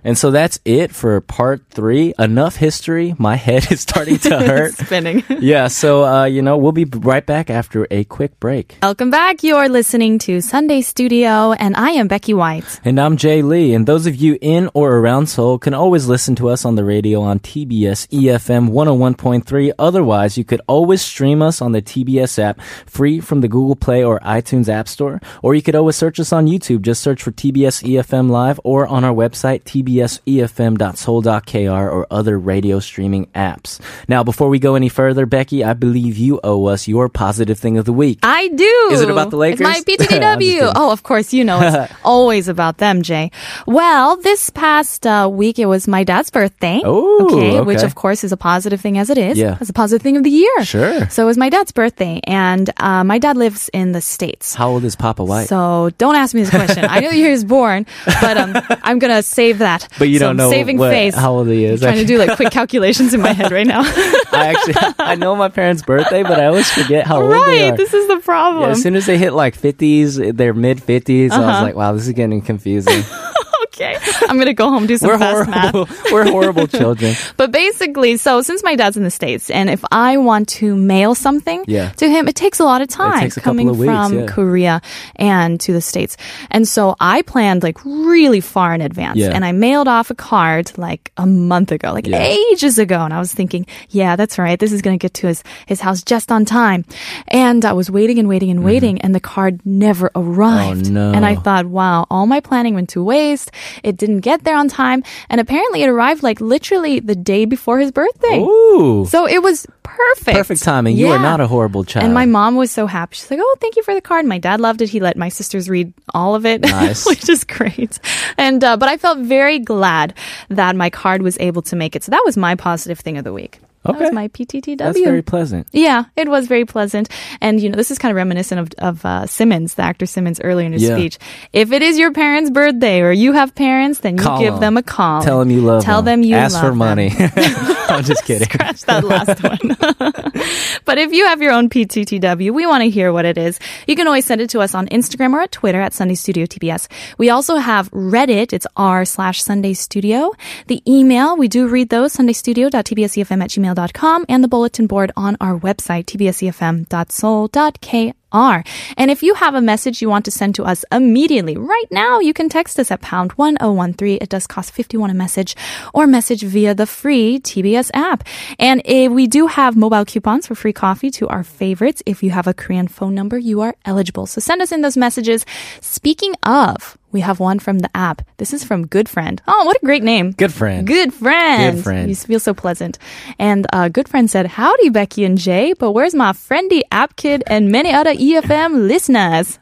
Speaker 1: And so that's it for part three. Enough history. My head is starting to hurt.
Speaker 2: Spinning.
Speaker 1: yeah. So uh, you know, we'll be right back after a quick break.
Speaker 2: Welcome back. You're listening to Sunday Studio, and I am Becky White.
Speaker 1: And I'm Jay Lee, and those of you in or around Seoul can always listen to us on the radio on TBS EFM 101.3. Otherwise, you could always stream us on the TBS app free from the Google Play or iTunes App Store. Or you could always search us on YouTube. Just search for TBS EFM E Live or on our website, E tbsefm.soul.kr or other radio streaming apps. Now, before we go any further, Becky, I believe you owe us your positive thing of the week.
Speaker 2: I do.
Speaker 1: Is it about the
Speaker 2: It's my
Speaker 1: Lakers? I'm just
Speaker 2: PTTW.
Speaker 1: kidding.
Speaker 2: oh, of course, you know it's always about them, Jay. Well, this past uh, week it was my dad's birthday.
Speaker 1: Oh, okay.
Speaker 2: which of course is a positive thing as it is.
Speaker 1: Yeah.
Speaker 2: It's a positive thing of the year.
Speaker 1: Sure.
Speaker 2: So it was my dad's birthday, and uh, my dad lives in the states.
Speaker 1: How old is Papa White?
Speaker 2: So don't ask me this question. I know he was born, but um, I'm gonna save that.
Speaker 1: But you
Speaker 2: So
Speaker 1: don't
Speaker 2: I'm
Speaker 1: know
Speaker 2: saving
Speaker 1: what-
Speaker 2: face.
Speaker 1: how old he is.
Speaker 2: I'm trying to do like quick calculations in my head right now.
Speaker 1: I actually I know my parents' birthday, but I always forget how old they
Speaker 2: right.
Speaker 1: are.
Speaker 2: This is the problem. Uh-huh.
Speaker 1: Yeah, as soon as they hit like fifties, their mid 50s I was like, wow, this is getting confusing.
Speaker 2: okay. I'm gonna go home do some
Speaker 1: We're
Speaker 2: fast math.
Speaker 1: horrible. We're horrible children.
Speaker 2: But basically, so since my dad's in the States, and if I want to mail something
Speaker 1: Yeah.
Speaker 2: to him, it takes a lot of time
Speaker 1: takes a couple
Speaker 2: coming
Speaker 1: of weeks,
Speaker 2: from
Speaker 1: yeah.
Speaker 2: Korea and to the States. And so I planned like really far in advance,
Speaker 1: Yeah.
Speaker 2: and I mailed off a card like a month ago, like
Speaker 1: Yeah.
Speaker 2: ages ago. And I was thinking, yeah, that's right. This is going to get to his, his house just on time. And I was waiting and waiting and waiting, and the card never arrived.
Speaker 1: Mm-hmm. Oh, no.
Speaker 2: And I thought, wow, all my planning went to waste. It didn't get there on time. And apparently it arrived like literally the day before his birthday.
Speaker 1: Ooh,
Speaker 2: So it was perfect.
Speaker 1: perfect timing. You are
Speaker 2: Yeah.
Speaker 1: not a horrible child.
Speaker 2: And my mom was so happy. She's like, "Oh, thank you for the card." My dad loved it. He let my sisters read all of it,
Speaker 1: Nice.
Speaker 2: which is great. And uh, but I felt very glad that my card was able to make it. So that was my positive thing of the week. That
Speaker 1: Okay.
Speaker 2: was my PTTW.
Speaker 1: That's very pleasant.
Speaker 2: Yeah, it was very pleasant. And, you know, this is kind of reminiscent of, of uh, Simmons, the actor Simmons, earlier in his
Speaker 1: Yeah.
Speaker 2: speech. If it is your parents' birthday or you have parents, then you
Speaker 1: Call
Speaker 2: give them a call.
Speaker 1: Tell them you love
Speaker 2: Tell them
Speaker 1: them.
Speaker 2: you
Speaker 1: Ask for
Speaker 2: love them.
Speaker 1: money. I'm just kidding.
Speaker 2: Scratch that last one. but if you have your own PTTW, we want to hear what it is. You can always send it to us on Instagram or at Twitter at Sunday Studio TBS. We also have Reddit. It's r slash Sunday Studio. The email, we do read those, sundaystudio.tbscfm at gmail.com and the bulletin board on our website, tbscfm.soul.kr. And if you have a message you want to send to us immediately, right now, you can text us at pound 1013. It does cost 51 a message or message via the free TBS app. And eh, we do have mobile coupons for free coffee to our favorites. If you have a Korean phone number, you are eligible. So send us in those messages. Speaking of, we have one from the app. This is from Good Friend. Oh, what a great name.
Speaker 1: Good friend.
Speaker 2: Good friend.
Speaker 1: Good friend.
Speaker 2: You feel so pleasant. And uh, good friend said, Howdy, Becky and Jay, but where's my friendy app kid and many other EFM listeners?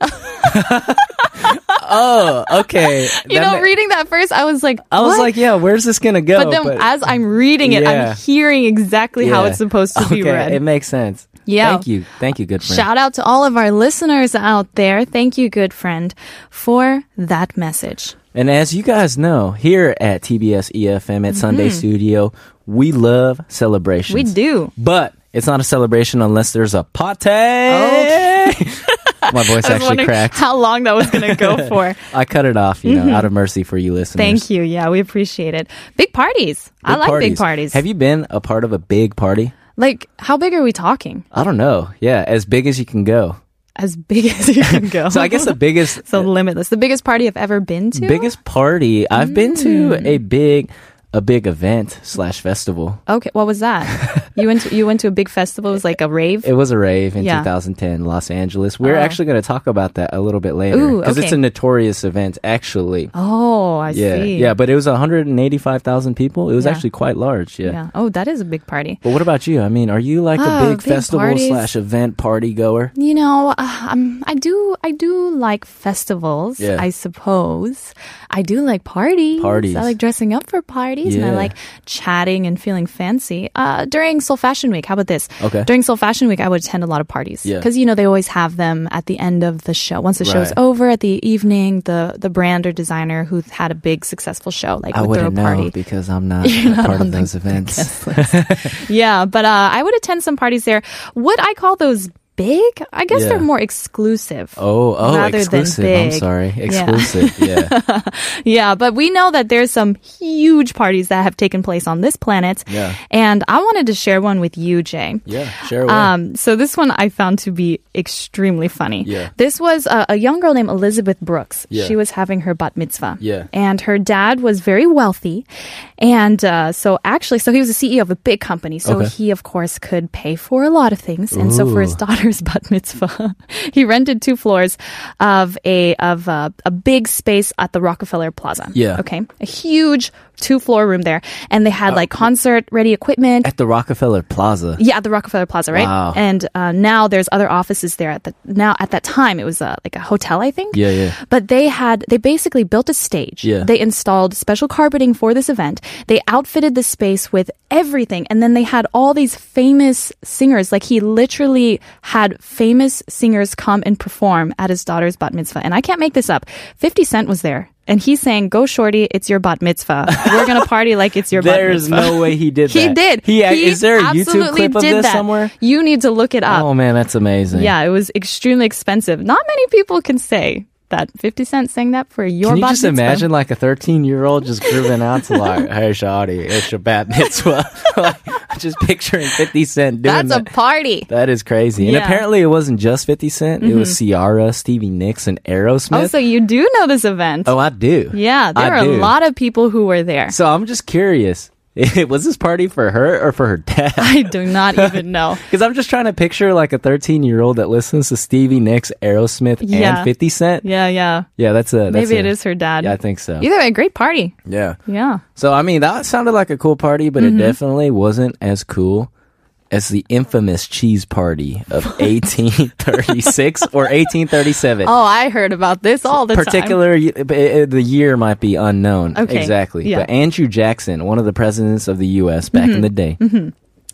Speaker 1: Oh, okay.
Speaker 2: you
Speaker 1: That
Speaker 2: know,
Speaker 1: ma-
Speaker 2: reading that first, I was like,
Speaker 1: I was
Speaker 2: "What?"
Speaker 1: like, yeah, where's this gonna go?
Speaker 2: but then as I'm reading it,
Speaker 1: Yeah.
Speaker 2: I'm hearing exactly how
Speaker 1: Yeah.
Speaker 2: it's supposed to be
Speaker 1: Okay,
Speaker 2: read.
Speaker 1: It makes sense.
Speaker 2: Yeah.
Speaker 1: Thank you. Thank you, good friend.
Speaker 2: Shout out to all of our listeners out there. Thank you, good friend, for that message.
Speaker 1: And as you guys know, here at TBS EFM E at Sunday Studio, we love celebrations.
Speaker 2: Mm-hmm. We do.
Speaker 1: But it's not a celebration unless there's a party. My voice
Speaker 2: Oh. I was
Speaker 1: actually
Speaker 2: wondering
Speaker 1: cracked.
Speaker 2: how long that was going to go for.
Speaker 1: I cut it off, you know, out of mercy for you listeners.
Speaker 2: Thank you. Yeah, we appreciate it. Big parties. I like big parties.
Speaker 1: Have you been a part of a big party?
Speaker 2: Like, how big are we talking?
Speaker 1: I don't know. Yeah, as big as you can go.
Speaker 2: As big as you can go.
Speaker 1: So I guess the biggest
Speaker 2: so limitless. The biggest party I've ever been to.
Speaker 1: biggest party I've been
Speaker 2: Mm.
Speaker 1: to a big a big event slash festival.
Speaker 2: Okay, what was that? you went to, you went to a big festival. It was like a rave.
Speaker 1: It was a rave in
Speaker 2: Yeah.
Speaker 1: 2010, Los Angeles. We're
Speaker 2: Oh.
Speaker 1: actually going to talk about that a little bit later
Speaker 2: Ooh,
Speaker 1: because it's
Speaker 2: okay.
Speaker 1: a notorious event, actually.
Speaker 2: oh, I
Speaker 1: yeah,
Speaker 2: see.
Speaker 1: yeah, but it was 185,000 people. It was
Speaker 2: Yeah.
Speaker 1: actually quite large. Yeah.
Speaker 2: yeah. Oh, that is a big party.
Speaker 1: But what about you? I mean, are you like
Speaker 2: Ah,
Speaker 1: a big,
Speaker 2: big
Speaker 1: festival
Speaker 2: parties.
Speaker 1: slash event party goer?
Speaker 2: You know, uh, um, I do. I do like festivals.
Speaker 1: Yeah.
Speaker 2: I suppose I do like parties.
Speaker 1: Parties.
Speaker 2: I like dressing up for parties, and I
Speaker 1: Yeah.
Speaker 2: like chatting and feeling fancy. Uh, during Seoul Fashion Week, how about this?
Speaker 1: Okay.
Speaker 2: During Seoul Fashion Week, I would attend a lot of parties
Speaker 1: Yeah.
Speaker 2: because you know they always have them at the end of the show. Once the show's
Speaker 1: Right.
Speaker 2: over, at the evening, the the brand or designer who had a big successful show like
Speaker 1: I
Speaker 2: would throw a
Speaker 1: wouldn't know
Speaker 2: party.
Speaker 1: because I'm not a part of those events.
Speaker 2: Yeah, but uh, I would attend some parties there. Would I call those big? I guess
Speaker 1: Yeah.
Speaker 2: they're more exclusive.
Speaker 1: Oh, oh,
Speaker 2: rather
Speaker 1: exclusive.
Speaker 2: Than
Speaker 1: I'm
Speaker 2: big.
Speaker 1: sorry.
Speaker 2: Yeah.
Speaker 1: Exclusive. Yeah.
Speaker 2: Yeah, but we know that there's some huge parties that have taken place on this planet.
Speaker 1: Yeah.
Speaker 2: And I wanted to share one with you, Jay.
Speaker 1: Yeah. Share away.
Speaker 2: Um, so this one I found to be extremely funny.
Speaker 1: Yeah.
Speaker 2: This was a, a young girl named Elizabeth Brooks.
Speaker 1: Yeah.
Speaker 2: She was having her bat mitzvah.
Speaker 1: Yeah.
Speaker 2: And her dad was very wealthy. And uh, so actually, so he was the CEO of a big company. So
Speaker 1: Okay.
Speaker 2: he, of course, could pay for a lot of things. And so for his daughter's bat mitzvah, he rented two floors of a of a, a big space at the Rockefeller Plaza.
Speaker 1: Yeah.
Speaker 2: Okay. A huge two floor room there. And they had like concert ready equipment.
Speaker 1: At the Rockefeller Plaza.
Speaker 2: Yeah, at the Rockefeller Plaza, right?
Speaker 1: Wow.
Speaker 2: And uh, now there's other offices there. At the now at that time, it was uh, like a hotel, I think.
Speaker 1: Yeah, yeah.
Speaker 2: But they had they basically built a stage.
Speaker 1: Yeah.
Speaker 2: They installed special carpeting for this event. They outfitted the space with everything, and then they had all these famous singers. Like he literally had famous singers come and perform at his daughter's bat mitzvah. And I can't make this up. Fifty Cent was there. And he's saying, "Go, shorty! It's your bat mitzvah. We're gonna party like it's your
Speaker 1: There's
Speaker 2: bat mitzvah."
Speaker 1: no way he did that.
Speaker 2: He did.
Speaker 1: He, ac- is there a YouTube
Speaker 2: absolutely
Speaker 1: clip of
Speaker 2: did
Speaker 1: this
Speaker 2: that.
Speaker 1: somewhere?
Speaker 2: You need to look it up.
Speaker 1: Oh man, that's amazing.
Speaker 2: yeah, it was extremely expensive. Not many people can say that. 50 Cent sang that for your
Speaker 1: Can you
Speaker 2: bat
Speaker 1: just
Speaker 2: mitzvah.
Speaker 1: imagine like a 13 year old just grooving out to like, hey, Shawty, it's your bat mitzvah? like, just picturing 50 Cent doing
Speaker 2: That's a
Speaker 1: that.
Speaker 2: party.
Speaker 1: that is crazy. And
Speaker 2: Yeah. Mm-hmm.
Speaker 1: apparently it wasn't just 50 cents It was Ciara, Stevie Nicks, and Aerosmith.
Speaker 2: Oh, so you do know this event.
Speaker 1: oh, I do.
Speaker 2: yeah, there
Speaker 1: I
Speaker 2: are
Speaker 1: do.
Speaker 2: a lot of people who were there.
Speaker 1: So I'm just curious. Was this party for her or for her dad?
Speaker 2: I do not even know.
Speaker 1: Because I'm just trying to picture like a 13 year old that listens to Stevie Nicks, Aerosmith,
Speaker 2: Yeah.
Speaker 1: and 50 Cent.
Speaker 2: Yeah, yeah.
Speaker 1: Yeah, that's a. That's
Speaker 2: Maybe
Speaker 1: a-
Speaker 2: it is her dad.
Speaker 1: Yeah, I think so.
Speaker 2: Either way, great party.
Speaker 1: Yeah.
Speaker 2: Yeah.
Speaker 1: So I mean, that sounded like a cool party, but
Speaker 2: Mm-hmm.
Speaker 1: it definitely wasn't as cool as the infamous cheese party of 1836 or 1837.
Speaker 2: Oh, I heard about this all the time.
Speaker 1: Particular, y- b- uh, the year might be unknown.
Speaker 2: Okay,
Speaker 1: Exactly.
Speaker 2: yeah. Mm-hmm.
Speaker 1: But Andrew Jackson, one of the presidents of the U.S. back in the day,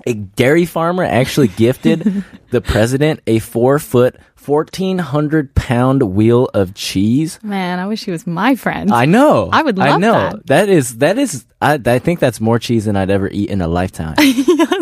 Speaker 1: a dairy farmer actually gifted the president a four foot, 1,400 pound wheel of cheese.
Speaker 2: Man, I wish he was my friend.
Speaker 1: I know.
Speaker 2: I would
Speaker 1: I
Speaker 2: love
Speaker 1: know.
Speaker 2: that.
Speaker 1: That is that is. I, I think that's more cheese than I'd ever eat in a lifetime.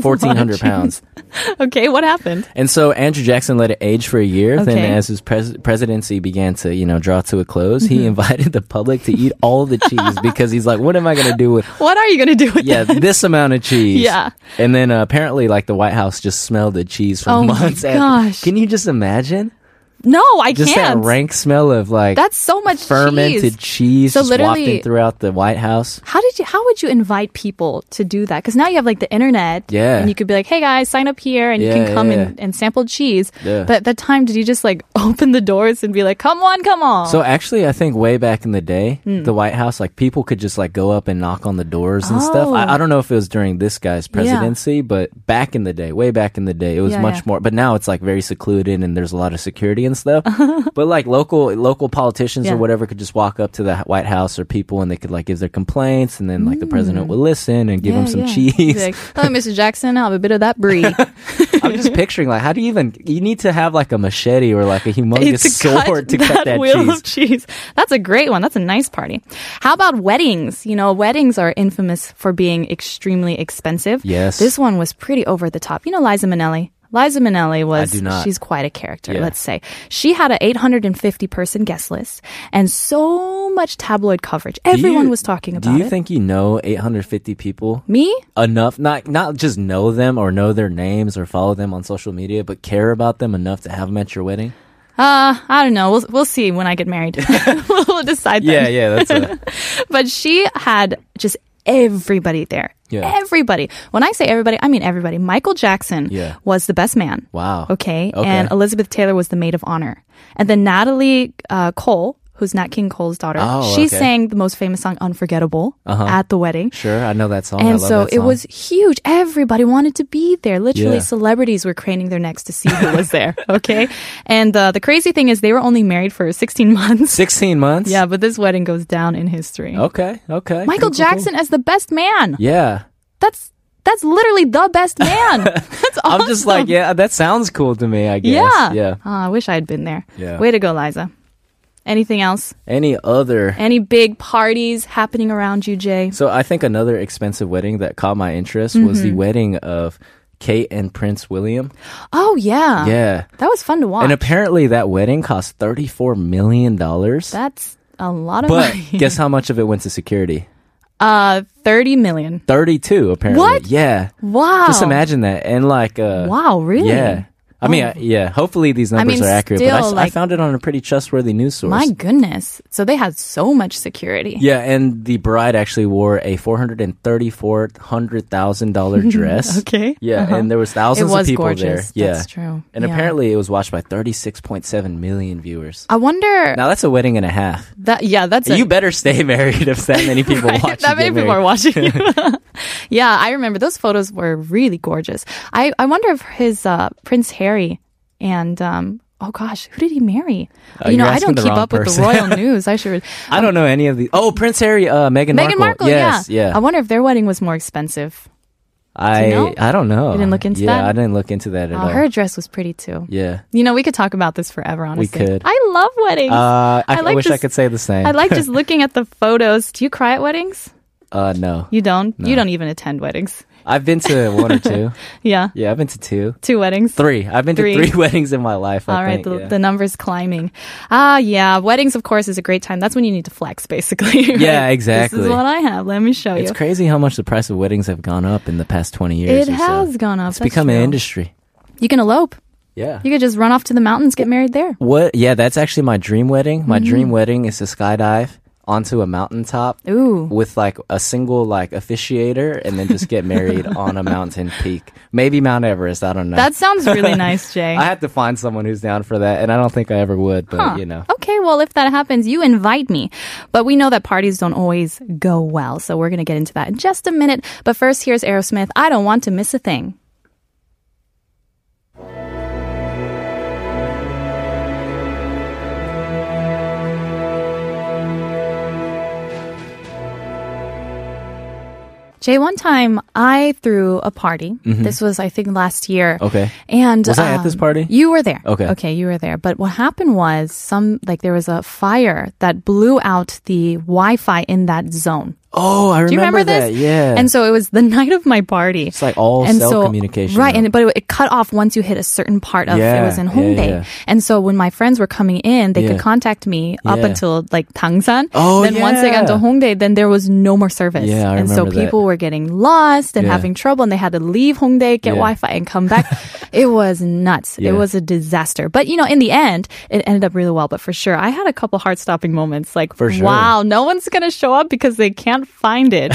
Speaker 1: Fourteen hundred pounds.
Speaker 2: okay, what happened?
Speaker 1: And so Andrew Jackson let it age for a year. Then,
Speaker 2: Okay.
Speaker 1: as his pres- presidency began to you know draw to a close,
Speaker 2: Mm-hmm.
Speaker 1: he invited the public to eat all the cheese because he's like, "What am I going to do with?"
Speaker 2: What are you going to do with
Speaker 1: Yeah,
Speaker 2: that?
Speaker 1: this amount of cheese.
Speaker 2: Yeah.
Speaker 1: And then uh, apparently, like the White House just smelled the cheese for
Speaker 2: Oh my
Speaker 1: months.
Speaker 2: gosh.
Speaker 1: Can you just imagine?
Speaker 2: No, I
Speaker 1: Just
Speaker 2: can't.
Speaker 1: that rank smell of like
Speaker 2: That's so much
Speaker 1: fermented cheese,
Speaker 2: cheese. So
Speaker 1: just wafting
Speaker 2: literally-
Speaker 1: throughout the White House.
Speaker 2: How did you? How would you invite people to do that? Because now you have like the internet,
Speaker 1: Yeah.
Speaker 2: and you could be like, "Hey guys, sign up here, and you
Speaker 1: Yeah,
Speaker 2: can come
Speaker 1: yeah.
Speaker 2: and, and sample cheese."
Speaker 1: Yeah.
Speaker 2: But at that time, did you just like open the doors and be like, "Come on, come on"?
Speaker 1: So actually, I think way back in the day,
Speaker 2: Hmm.
Speaker 1: the White House, like people could just like go up and knock on the doors and stuff. I,
Speaker 2: Oh.
Speaker 1: I don't know if it was during this guy's presidency, but back in the day, way back in the day, it was
Speaker 2: Yeah,
Speaker 1: much
Speaker 2: yeah.
Speaker 1: more. But now it's like very secluded and there's a lot of security and stuff. but like local local politicians or
Speaker 2: Yeah.
Speaker 1: whatever could just walk up to the White House or people and they could like give their complaints and then like the
Speaker 2: Hmm.
Speaker 1: president would listen and give them some
Speaker 2: Be
Speaker 1: cheese.
Speaker 2: Like, Hello, Mr. Jackson. I'll have a bit of that brie.
Speaker 1: I'm just picturing like how do you even? You need to have like a machete or like a humongous sword to cut that
Speaker 2: wheel
Speaker 1: cheese.
Speaker 2: of cheese. That's a great one. That's a nice party. How about weddings? You know, weddings are infamous for being extremely expensive.
Speaker 1: Yes.
Speaker 2: This one was pretty over the top. You know, Liza Minnelli. Liza Minnelli was,
Speaker 1: do not.
Speaker 2: she's quite a character,
Speaker 1: Yeah.
Speaker 2: let's say. She had an 850 person guest list and so much tabloid coverage.
Speaker 1: Do
Speaker 2: Everyone
Speaker 1: you-
Speaker 2: was talking about
Speaker 1: Do you
Speaker 2: it.
Speaker 1: think you know 850 people
Speaker 2: Me?
Speaker 1: enough? Not not just know them or know their names or follow them on social media, but care about them enough to have them at your wedding.
Speaker 2: Uh, I don't know. We'll, we'll see when I get married. we'll, we'll decide then.
Speaker 1: yeah, that's a,
Speaker 2: but she had just everybody there.
Speaker 1: Yeah.
Speaker 2: Everybody. When I say everybody, I mean everybody. Michael Jackson
Speaker 1: Yeah.
Speaker 2: was the best man.
Speaker 1: Wow.
Speaker 2: Okay.
Speaker 1: Okay.
Speaker 2: And Elizabeth Taylor was the maid of honor. And then Natalie uh, Cole, who's Nat King Cole's daughter,
Speaker 1: Oh,
Speaker 2: she
Speaker 1: okay.
Speaker 2: sang the most famous song, Unforgettable, at the wedding.
Speaker 1: sure. I know that song. Oh, I
Speaker 2: And
Speaker 1: love
Speaker 2: so
Speaker 1: that
Speaker 2: it
Speaker 1: song.
Speaker 2: was huge. Everybody wanted to be there. Literally,
Speaker 1: Yeah.
Speaker 2: celebrities were craning their necks to see who was there. Okay. And uh, the crazy thing is, they were only married for 16 months.
Speaker 1: 16 months.
Speaker 2: Yeah, but this wedding goes down in history.
Speaker 1: Okay. Okay. Cool,
Speaker 2: Michael
Speaker 1: cool, cool.
Speaker 2: Jackson as the best man.
Speaker 1: Yeah.
Speaker 2: That's that's literally the best man. that's awesome.
Speaker 1: I'm just like, yeah, that sounds cool to me. I guess.
Speaker 2: yeah.
Speaker 1: Yeah.
Speaker 2: Ah, I wish I had been there.
Speaker 1: Yeah.
Speaker 2: Way to go, Liza. Anything else?
Speaker 1: Any other?
Speaker 2: Any big parties happening around you, Jay?
Speaker 1: So I think another expensive wedding that caught my interest was
Speaker 2: Mm-hmm.
Speaker 1: the wedding of Kate and Prince William.
Speaker 2: Oh yeah.
Speaker 1: yeah.
Speaker 2: That was fun to watch.
Speaker 1: And apparently that wedding cost thirty-four million dollars.
Speaker 2: that's a lot of
Speaker 1: But
Speaker 2: money.
Speaker 1: guess how much of it went to security?
Speaker 2: uh 30 million.
Speaker 1: Thirty-two, apparently.
Speaker 2: What?
Speaker 1: Yeah.
Speaker 2: Wow.
Speaker 1: Just imagine that, and like. Uh,
Speaker 2: Wow, really? Oh.
Speaker 1: Yeah. I mean, I- yeah. Hopefully these numbers
Speaker 2: mean,
Speaker 1: are accurate, but I,
Speaker 2: still,
Speaker 1: s- I
Speaker 2: like-
Speaker 1: found it on a pretty trustworthy news source.
Speaker 2: My goodness. So they had so much security.
Speaker 1: yeah, and the bride actually wore a four hundred and thirty-four hundred thousand dollar dress.
Speaker 2: Okay.
Speaker 1: Yeah,
Speaker 2: Uh-huh.
Speaker 1: and there was thousands
Speaker 2: It was
Speaker 1: of people
Speaker 2: gorgeous.
Speaker 1: there. Yeah,
Speaker 2: That's true.
Speaker 1: And
Speaker 2: Yeah.
Speaker 1: apparently, it was watched by thirty-six point seven million viewers.
Speaker 2: I wonder
Speaker 1: Now that's a wedding and a half.
Speaker 2: that yeah, that's
Speaker 1: you
Speaker 2: a,
Speaker 1: better stay married if that many people
Speaker 2: Right?
Speaker 1: watch. you
Speaker 2: That many
Speaker 1: get
Speaker 2: people
Speaker 1: married.
Speaker 2: are watching you. yeah, I remember those photos were really gorgeous. I, I wonder if his uh, Prince Harry and um, oh gosh, who did he marry?
Speaker 1: Uh,
Speaker 2: you know,
Speaker 1: you're
Speaker 2: I don't
Speaker 1: asking the
Speaker 2: keep
Speaker 1: wrong
Speaker 2: up with the
Speaker 1: person.
Speaker 2: royal news. I should.
Speaker 1: I don't know any of the. Oh, Prince Harry, uh, Meghan,
Speaker 2: Meghan Markle,
Speaker 1: Yes,
Speaker 2: yeah.
Speaker 1: yeah.
Speaker 2: I wonder if their wedding was more expensive.
Speaker 1: I
Speaker 2: you know?
Speaker 1: I don't know.
Speaker 2: You didn't look into
Speaker 1: yeah,
Speaker 2: that?
Speaker 1: I didn't look into that at
Speaker 2: Uh,
Speaker 1: all.
Speaker 2: her dress was pretty too.
Speaker 1: Yeah.
Speaker 2: You know, we could talk about this forever. Honestly,
Speaker 1: could.
Speaker 2: I love weddings.
Speaker 1: Uh, I, I
Speaker 2: like
Speaker 1: wish I
Speaker 2: just-
Speaker 1: could say the same.
Speaker 2: I like just looking at the photos. Do you cry at weddings?
Speaker 1: Uh, no.
Speaker 2: You don't. You don't even attend weddings.
Speaker 1: I've been to one or two.
Speaker 2: Yeah.
Speaker 1: Yeah, I've been to two.
Speaker 2: Two weddings.
Speaker 1: Three. I've been
Speaker 2: Three.
Speaker 1: to three weddings in my life. I
Speaker 2: All right,
Speaker 1: think,
Speaker 2: the,
Speaker 1: yeah.
Speaker 2: the numbers climbing. Ah, yeah, weddings, of course, is a great time. That's when you need to flex, basically. right?
Speaker 1: Yeah,
Speaker 2: This
Speaker 1: exactly.
Speaker 2: is what I have. Let me show
Speaker 1: it's
Speaker 2: you.
Speaker 1: crazy how much the price of weddings have gone up in the past twenty years.
Speaker 2: It
Speaker 1: or so.
Speaker 2: has gone up.
Speaker 1: It's become an
Speaker 2: industry.
Speaker 1: industry.
Speaker 2: You can elope.
Speaker 1: Yeah.
Speaker 2: You could just run off to the mountains, get married there.
Speaker 1: What? Yeah, that's actually my dream wedding. My
Speaker 2: Mm.
Speaker 1: dream wedding is to skydive onto a mountaintop
Speaker 2: Ooh.
Speaker 1: with like a single like officiator, and then just get married on a mountain peak, maybe Mount Everest. I don't know.
Speaker 2: That sounds really nice, Jay.
Speaker 1: I had to find someone who's down for that, and I don't think I ever would. But
Speaker 2: Huh. Oh.
Speaker 1: you know,
Speaker 2: Okay, well, if that happens, you invite me. But we know that parties don't always go well, so we're going to get into that in just a minute. But first, here's Aerosmith. I don't want to miss a thing. Jay, one time I threw a party. This was, I think, last year.
Speaker 1: Mm-hmm. Okay.
Speaker 2: And um,
Speaker 1: Was I at this party?
Speaker 2: You were there.
Speaker 1: Okay.
Speaker 2: Okay, you were there. But what happened was some like there was a fire that blew out the Wi-Fi in that zone.
Speaker 1: oh, I remember,
Speaker 2: Do you remember,
Speaker 1: that.
Speaker 2: this?
Speaker 1: Yeah,
Speaker 2: And so it was the night of my party.
Speaker 1: it's like all
Speaker 2: and
Speaker 1: cell
Speaker 2: so,
Speaker 1: communication,
Speaker 2: right? And but it, it cut off once you hit a certain part of it
Speaker 1: Yeah,
Speaker 2: was in
Speaker 1: yeah,
Speaker 2: Hongdae.
Speaker 1: yeah.
Speaker 2: And so when my friends were coming in, they could
Speaker 1: Yeah.
Speaker 2: contact me up
Speaker 1: Yeah.
Speaker 2: until like Tangsan.
Speaker 1: Oh,
Speaker 2: then once they got
Speaker 1: yeah.
Speaker 2: to Hongdae, then there was no more service.
Speaker 1: Yeah, I
Speaker 2: and so
Speaker 1: remember that.
Speaker 2: people were getting lost and
Speaker 1: Yeah.
Speaker 2: having trouble, and they had to leave Hongdae,
Speaker 1: Yeah.
Speaker 2: get Wi-Fi, and come back. it was nuts.
Speaker 1: Yeah.
Speaker 2: It was a disaster. But you know, in the end, it ended up really well. But for sure, I had a couple heart-stopping moments. Like,
Speaker 1: For sure.
Speaker 2: wow, no one's gonna show up because they can't find it.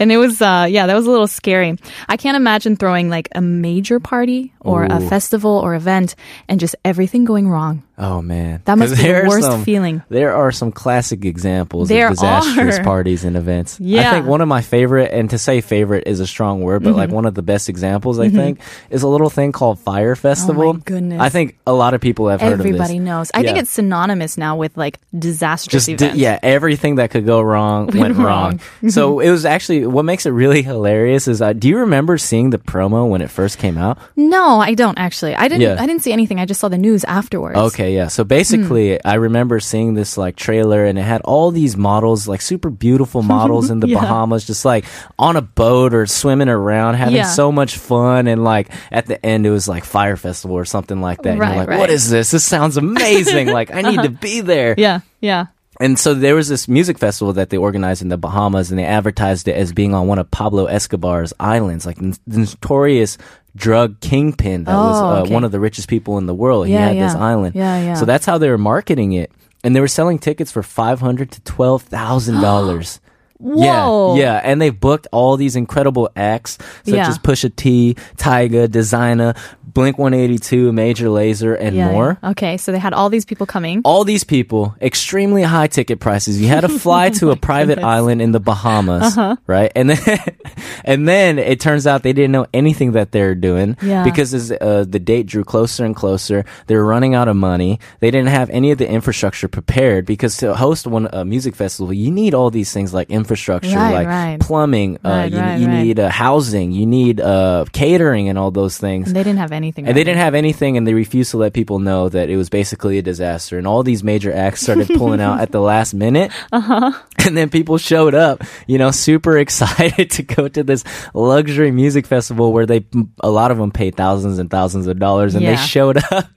Speaker 2: and it was, uh, yeah, that was a little scary. I can't imagine throwing like a major party or a
Speaker 1: Ooh.
Speaker 2: festival or event and just everything going wrong.
Speaker 1: Oh man,
Speaker 2: That must
Speaker 1: 'Cause
Speaker 2: be the
Speaker 1: there are
Speaker 2: worst
Speaker 1: some-
Speaker 2: feeling.
Speaker 1: There are some classic examples
Speaker 2: There
Speaker 1: of disastrous
Speaker 2: are.
Speaker 1: parties and events.
Speaker 2: Yeah.
Speaker 1: I think one of my favorite, and to say favorite is a strong word, but like
Speaker 2: Mm-hmm.
Speaker 1: one of the best examples I think is a little thing called Fire Festival.
Speaker 2: Oh, goodness.
Speaker 1: I think a lot of people have heard of this.
Speaker 2: Everybody knows. I think
Speaker 1: Yeah.
Speaker 2: it's synonymous now with like disastrous
Speaker 1: just di-
Speaker 2: events.
Speaker 1: yeah, everything that could go wrong went wrong. so
Speaker 2: Mm-hmm.
Speaker 1: it was actually what makes it really hilarious is uh, do you remember seeing the promo when it first came out?
Speaker 2: No, I don't actually. I didn't.
Speaker 1: Yeah.
Speaker 2: I didn't see anything. I just saw the news afterwards.
Speaker 1: Okay, yeah. So basically,
Speaker 2: Hmm.
Speaker 1: I remember seeing this like trailer, and it had all these models, like super beautiful models in the
Speaker 2: Yeah.
Speaker 1: Bahamas, just like on a boat or swimming around, having
Speaker 2: Yeah.
Speaker 1: so much fun. And like at the end, it was like fire festival or something like that. and
Speaker 2: Right,
Speaker 1: you're like,
Speaker 2: right.
Speaker 1: what is this? This sounds amazing! like I need to be there.
Speaker 2: Yeah. Yeah.
Speaker 1: And so there was this music festival that they organized in the Bahamas, and they advertised it as being on one of Pablo Escobar's islands, like the notorious drug kingpin that was
Speaker 2: Oh,
Speaker 1: uh,
Speaker 2: okay.
Speaker 1: one of the richest people in the world.
Speaker 2: Yeah,
Speaker 1: he had this
Speaker 2: yeah.
Speaker 1: island.
Speaker 2: Yeah, yeah.
Speaker 1: So that's how they were marketing it. And they were selling tickets for five hundred to twelve thousand dollars.
Speaker 2: Whoa.
Speaker 1: Yeah, yeah, and they've booked all these incredible acts such
Speaker 2: Yeah.
Speaker 1: as Pusha T, Tyga, Designer, Blink One Eighty Two, Major Laser, and
Speaker 2: Yeah,
Speaker 1: more Oh.
Speaker 2: yeah. Okay. So they had all these people coming.
Speaker 1: all these people, extremely high ticket prices. You had to fly to
Speaker 2: Oh
Speaker 1: a private island in the Bahamas,
Speaker 2: Uh-huh.
Speaker 1: right? And then, and then it turns out they didn't know anything that they're doing
Speaker 2: Yeah.
Speaker 1: because as uh, the date drew closer and closer, they were running out of money. They didn't have any of the infrastructure prepared because to host one a music festival, you need all these things like infrastructure,
Speaker 2: Right,
Speaker 1: like
Speaker 2: right.
Speaker 1: plumbing, uh,
Speaker 2: Right,
Speaker 1: you,
Speaker 2: right,
Speaker 1: you
Speaker 2: right.
Speaker 1: need uh, housing, you need uh, catering, and all those things.
Speaker 2: And they didn't have anything.
Speaker 1: And they
Speaker 2: ready.
Speaker 1: didn't have anything, and they refused to let people know that it was basically a disaster. And all these major acts started pulling out at the last minute. Uh-huh. And then people showed up, you know, super excited to go to this luxury music festival where they, a lot of them paid thousands and thousands of dollars, and
Speaker 2: Yeah.
Speaker 1: they showed up.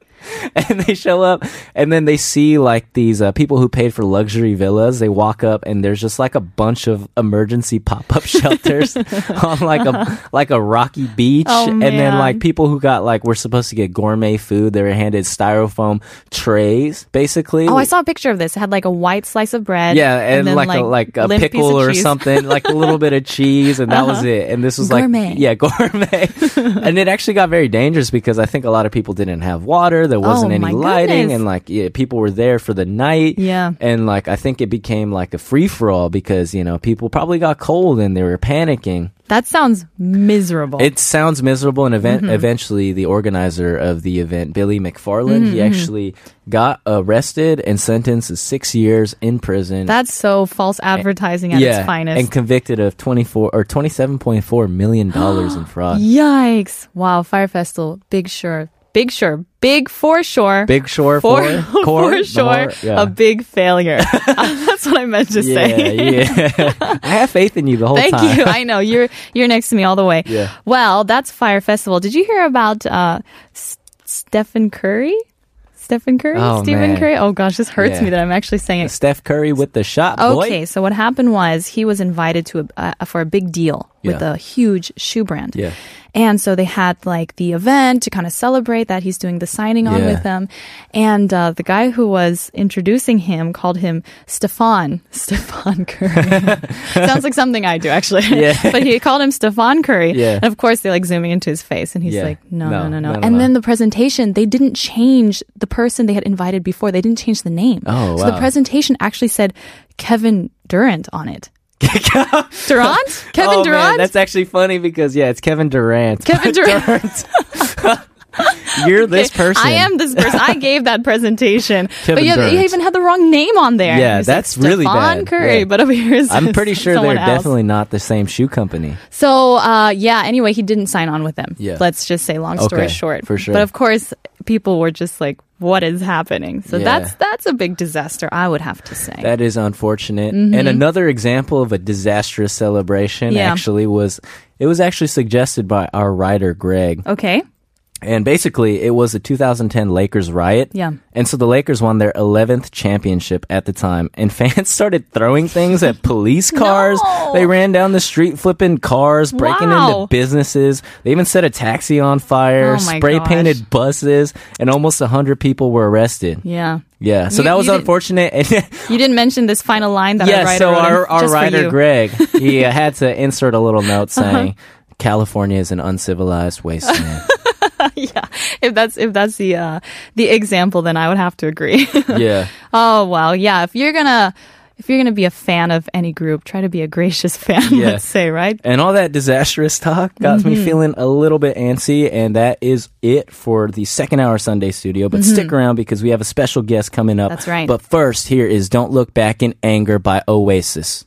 Speaker 1: And they show up, and then they see like these uh, people who paid for luxury villas. They walk up, and there's just like a bunch of emergency pop up shelters on like a like a rocky beach,
Speaker 2: Uh-huh. Oh,
Speaker 1: and then
Speaker 2: man.
Speaker 1: like people who got like were supposed to get gourmet food. They were handed styrofoam trays, basically.
Speaker 2: Oh, I saw a picture of this. It had like a white slice of bread.
Speaker 1: Yeah, and,
Speaker 2: then,
Speaker 1: like, a like a
Speaker 2: limp piece
Speaker 1: pickle
Speaker 2: of
Speaker 1: or
Speaker 2: cheese. Uh-huh.
Speaker 1: something, like a little bit of cheese, and that was it. And this was
Speaker 2: Gourmet.
Speaker 1: like yeah, gourmet. and it actually got very dangerous because I think a lot of people didn't have water. There wasn't
Speaker 2: Oh, my
Speaker 1: any lighting,
Speaker 2: goodness.
Speaker 1: and like yeah, people were there for the night.
Speaker 2: Yeah.
Speaker 1: and like I think it became like a free for all because you know people probably got cold and they were panicking.
Speaker 2: That sounds miserable.
Speaker 1: It sounds miserable, and event
Speaker 2: Mm-hmm.
Speaker 1: eventually the organizer of the event, Billy McFarland, he
Speaker 2: Mm-hmm.
Speaker 1: actually got arrested and sentenced to six years in prison.
Speaker 2: That's so false advertising at
Speaker 1: Eh, yeah,
Speaker 2: its finest.
Speaker 1: and convicted of twenty four or twenty seven point four million dollars in fraud.
Speaker 2: Yikes! Wow, Fire Festival, Big Sure. Big Shore. Big for sure.
Speaker 1: Big Shore
Speaker 2: for,
Speaker 1: for,
Speaker 2: for
Speaker 1: Core? The
Speaker 2: sure.
Speaker 1: more- yeah.
Speaker 2: A big failure. That's what I meant to
Speaker 1: yeah,
Speaker 2: say.
Speaker 1: yeah. I have faith in you the whole
Speaker 2: Thank
Speaker 1: time.
Speaker 2: you. I know you're you're next to me all the way.
Speaker 1: Yeah.
Speaker 2: Well, that's Fire Festival. Did you hear about uh, S- Stephen Curry? Stephen Curry?
Speaker 1: Oh,
Speaker 2: Stephen
Speaker 1: man.
Speaker 2: Curry? Oh gosh, this hurts
Speaker 1: Yeah.
Speaker 2: me that I'm actually saying it.
Speaker 1: Steph Curry with the shot, boy.
Speaker 2: Okay, so what happened was he was invited to a, uh, for a big deal with
Speaker 1: Yeah.
Speaker 2: a huge shoe brand.
Speaker 1: Yeah.
Speaker 2: And so they had like the event to kind of celebrate that he's doing the signing on
Speaker 1: Yeah.
Speaker 2: with them. And uh, the guy who was introducing him called him Stefan. Stefan Curry. Sounds like something I do actually.
Speaker 1: Yeah.
Speaker 2: but he called him Stefan Curry.
Speaker 1: Yeah.
Speaker 2: And of course they're like zooming into his face and he's
Speaker 1: Yeah.
Speaker 2: like, no, no,
Speaker 1: No,
Speaker 2: no, no.
Speaker 1: no, no,
Speaker 2: and
Speaker 1: no.
Speaker 2: then the presentation, they didn't change the person they had invited before. They didn't change the name.
Speaker 1: Oh,
Speaker 2: So the
Speaker 1: wow.
Speaker 2: presentation actually said Kevin Durant on it. Durant? Kevin
Speaker 1: oh, Man,
Speaker 2: Durant?
Speaker 1: that's actually funny because yeah, it's Kevin Durant.
Speaker 2: Kevin Durant.
Speaker 1: You're this person.
Speaker 2: I am this person. I gave that presentation. but
Speaker 1: Kevin
Speaker 2: you, you
Speaker 1: Durant.
Speaker 2: even had the wrong name on there.
Speaker 1: Yeah,
Speaker 2: It's like
Speaker 1: that's really
Speaker 2: Stephon
Speaker 1: bad.
Speaker 2: Curry,
Speaker 1: Yeah.
Speaker 2: but over here is
Speaker 1: I'm pretty sure they're
Speaker 2: someone else.
Speaker 1: definitely not the same shoe company.
Speaker 2: So uh, yeah. Anyway, he didn't sign on with them.
Speaker 1: Yeah.
Speaker 2: Let's just say, long story
Speaker 1: Okay,
Speaker 2: short,
Speaker 1: for sure.
Speaker 2: But of course, people were just like, "What is happening?" So
Speaker 1: Yeah.
Speaker 2: that's that's a big disaster. I would have to say.
Speaker 1: That is unfortunate. And another example of a disastrous celebration
Speaker 2: Mm-hmm. Yeah.
Speaker 1: actually was it was actually suggested by our writer Greg.
Speaker 2: okay.
Speaker 1: And basically, it was the 2010 Lakers riot.
Speaker 2: Yeah.
Speaker 1: And so the Lakers won their 11th championship at the time, and fans started throwing things at police cars.
Speaker 2: No.
Speaker 1: They ran down the street flipping cars, breaking
Speaker 2: Wow.
Speaker 1: into businesses. They even set a taxi on fire,
Speaker 2: Oh my
Speaker 1: spray
Speaker 2: gosh.
Speaker 1: painted buses, and almost 100 people were arrested.
Speaker 2: Yeah.
Speaker 1: Yeah. So
Speaker 2: You-
Speaker 1: that was
Speaker 2: you didn't-
Speaker 1: unfortunate. And
Speaker 2: You didn't mention this final line that I
Speaker 1: yeah,
Speaker 2: write
Speaker 1: so
Speaker 2: wrote in-
Speaker 1: our, our
Speaker 2: just for
Speaker 1: writer
Speaker 2: you. Uh-huh.
Speaker 1: Greg, he uh, had to insert a little note saying, California is an uncivilized wasteland.
Speaker 2: yeah. If that's if that's the uh, the example, then I would have to agree.
Speaker 1: yeah.
Speaker 2: oh wow. Yeah. If you're gonna if you're gonna be a fan of any group, try to be a gracious fan.
Speaker 1: Yeah.
Speaker 2: Let's say right.
Speaker 1: And all that disastrous talk got
Speaker 2: Mm-hmm.
Speaker 1: me feeling a little bit antsy. And that is it for the second hour Sunday studio. But stick around because we have a special guest coming up.
Speaker 2: That's Mm-hmm. right.
Speaker 1: But first, here is Don't Look Back in Anger by Oasis.